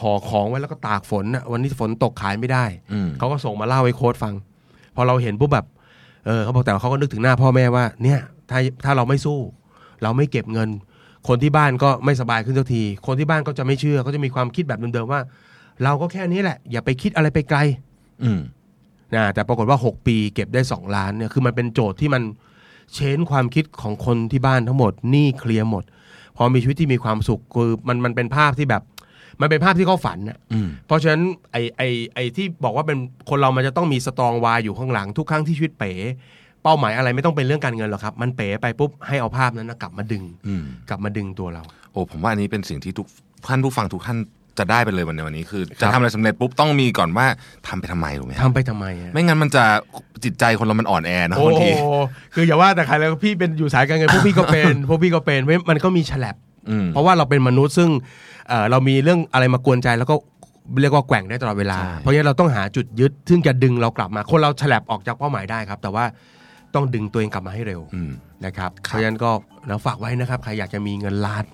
[SPEAKER 3] ห่อของไว้แล้วก็ตากฝนนะวันนี้ฝนตกขายไม่ได้
[SPEAKER 2] อืม
[SPEAKER 3] เขาก็ส่งมาเล่าให้โค้ดฟัง พอเราเห็นปุ๊บแบบเออเขาบอกแต่เขาก็นึกถึงหน้าพ่อแม่ว่า เนี่ย ถ้าถ้าเราไม่สู้ เราไม่เก็บเงิน คนที่บ้านก็ไม่สบายขึ้นสักที คนที่บ้านก็จะไม่เชื่อเขาจะมีความคิดแบบเดิมๆว่า เราก็แค่นี้แหละ อย่าไปคิดอะไรไปไกล
[SPEAKER 2] อืม
[SPEAKER 3] นะแต่ปรากฏว่า 6 ปีเก็บได้ 2 ล้านเนี่ยคือมันเป็นโจทย์ที่มันเชนความคิดของคนที่บ้านทั้งหมดหนี่เคลียร์หมด พอมีชีวิตที่มีความสุขคือมันมันเป็นภาพที่แบบ มันเป็นภาพที่เขาฝันน่ะ
[SPEAKER 2] อืม
[SPEAKER 3] เพราะฉะนั้นไอ้ไอ้ไอ้ที่บอกว่าเป็นคนเรามันจะต้องมีสตรองวายอยู่ข้างหลังทุกครั้งที่ชีวิตเป๋ เป้าหมายอะไรไม่ต้องเป็นเรื่องการเงินหรอกครับ มันเป๋ไปปุ๊บให้เอาภาพนั้นนะกลับมาดึง
[SPEAKER 2] อืม
[SPEAKER 3] กลับมาดึงตัวเรา
[SPEAKER 2] โอ้ผมว่าอันนี้เป็นสิ่งที่ทุกท่านผู้ฟังทุกท่านจะได้ไปเลยวันในวันนี้คือ จะทำอะไรสำเร็จปุ๊บต้องมีก่อนว่าทำไปทำไมถูกไหม
[SPEAKER 3] ทำไปทำไมอะ
[SPEAKER 2] ไม่งั้นมันจะจิตใจคนเรามันอ่อนแอนะ
[SPEAKER 3] โอ้
[SPEAKER 2] บางที
[SPEAKER 3] คืออย่าว่าแต่ใครเลยพี่เป็นอยู่สายการเงินพวกพี่ก็เป็น พวกพี่ก็เป็นเพราะมันก็มีฉลับ
[SPEAKER 2] อืม
[SPEAKER 3] เพราะว่าเราเป็นมนุษย์ซึ่งเอ่อเรามีเรื่องอะไรมากวนใจแล้วก็เรียกว่าแกว่งได้ตลอดเวลา
[SPEAKER 2] ใช่
[SPEAKER 3] เพราะฉะนั้นเราต้องหาจุดยึดซึ่งจะดึงเรากลับมา คนเราฉลับออกจากเป้าหมายได้ครับ แต่ว่าต้องดึงตัวเองกลับมาให้เร็ว
[SPEAKER 2] อืม
[SPEAKER 3] นะครับ
[SPEAKER 2] ครับ
[SPEAKER 3] เพราะฉะนั้นก็นะฝากไว้นะครับ ใครอยากจะมีเงินล้าน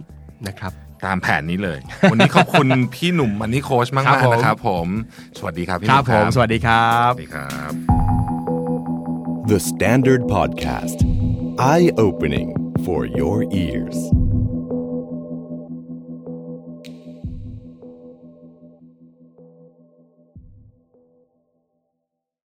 [SPEAKER 3] นะครับ
[SPEAKER 2] ตามแผนนี้เลย วันนี้ขอบคุณ พี่หนุ่มมันนี่โค้ชมาก
[SPEAKER 3] ครับ
[SPEAKER 2] ๆ
[SPEAKER 3] ผม
[SPEAKER 2] นะครับผม สวัสดีครับพี่ห
[SPEAKER 3] ค
[SPEAKER 2] นุ่
[SPEAKER 3] รับผม สวัสดีครั
[SPEAKER 2] ส
[SPEAKER 3] บ
[SPEAKER 2] วัสดีครับ
[SPEAKER 1] The Standard Podcast. Eye opening for your ears.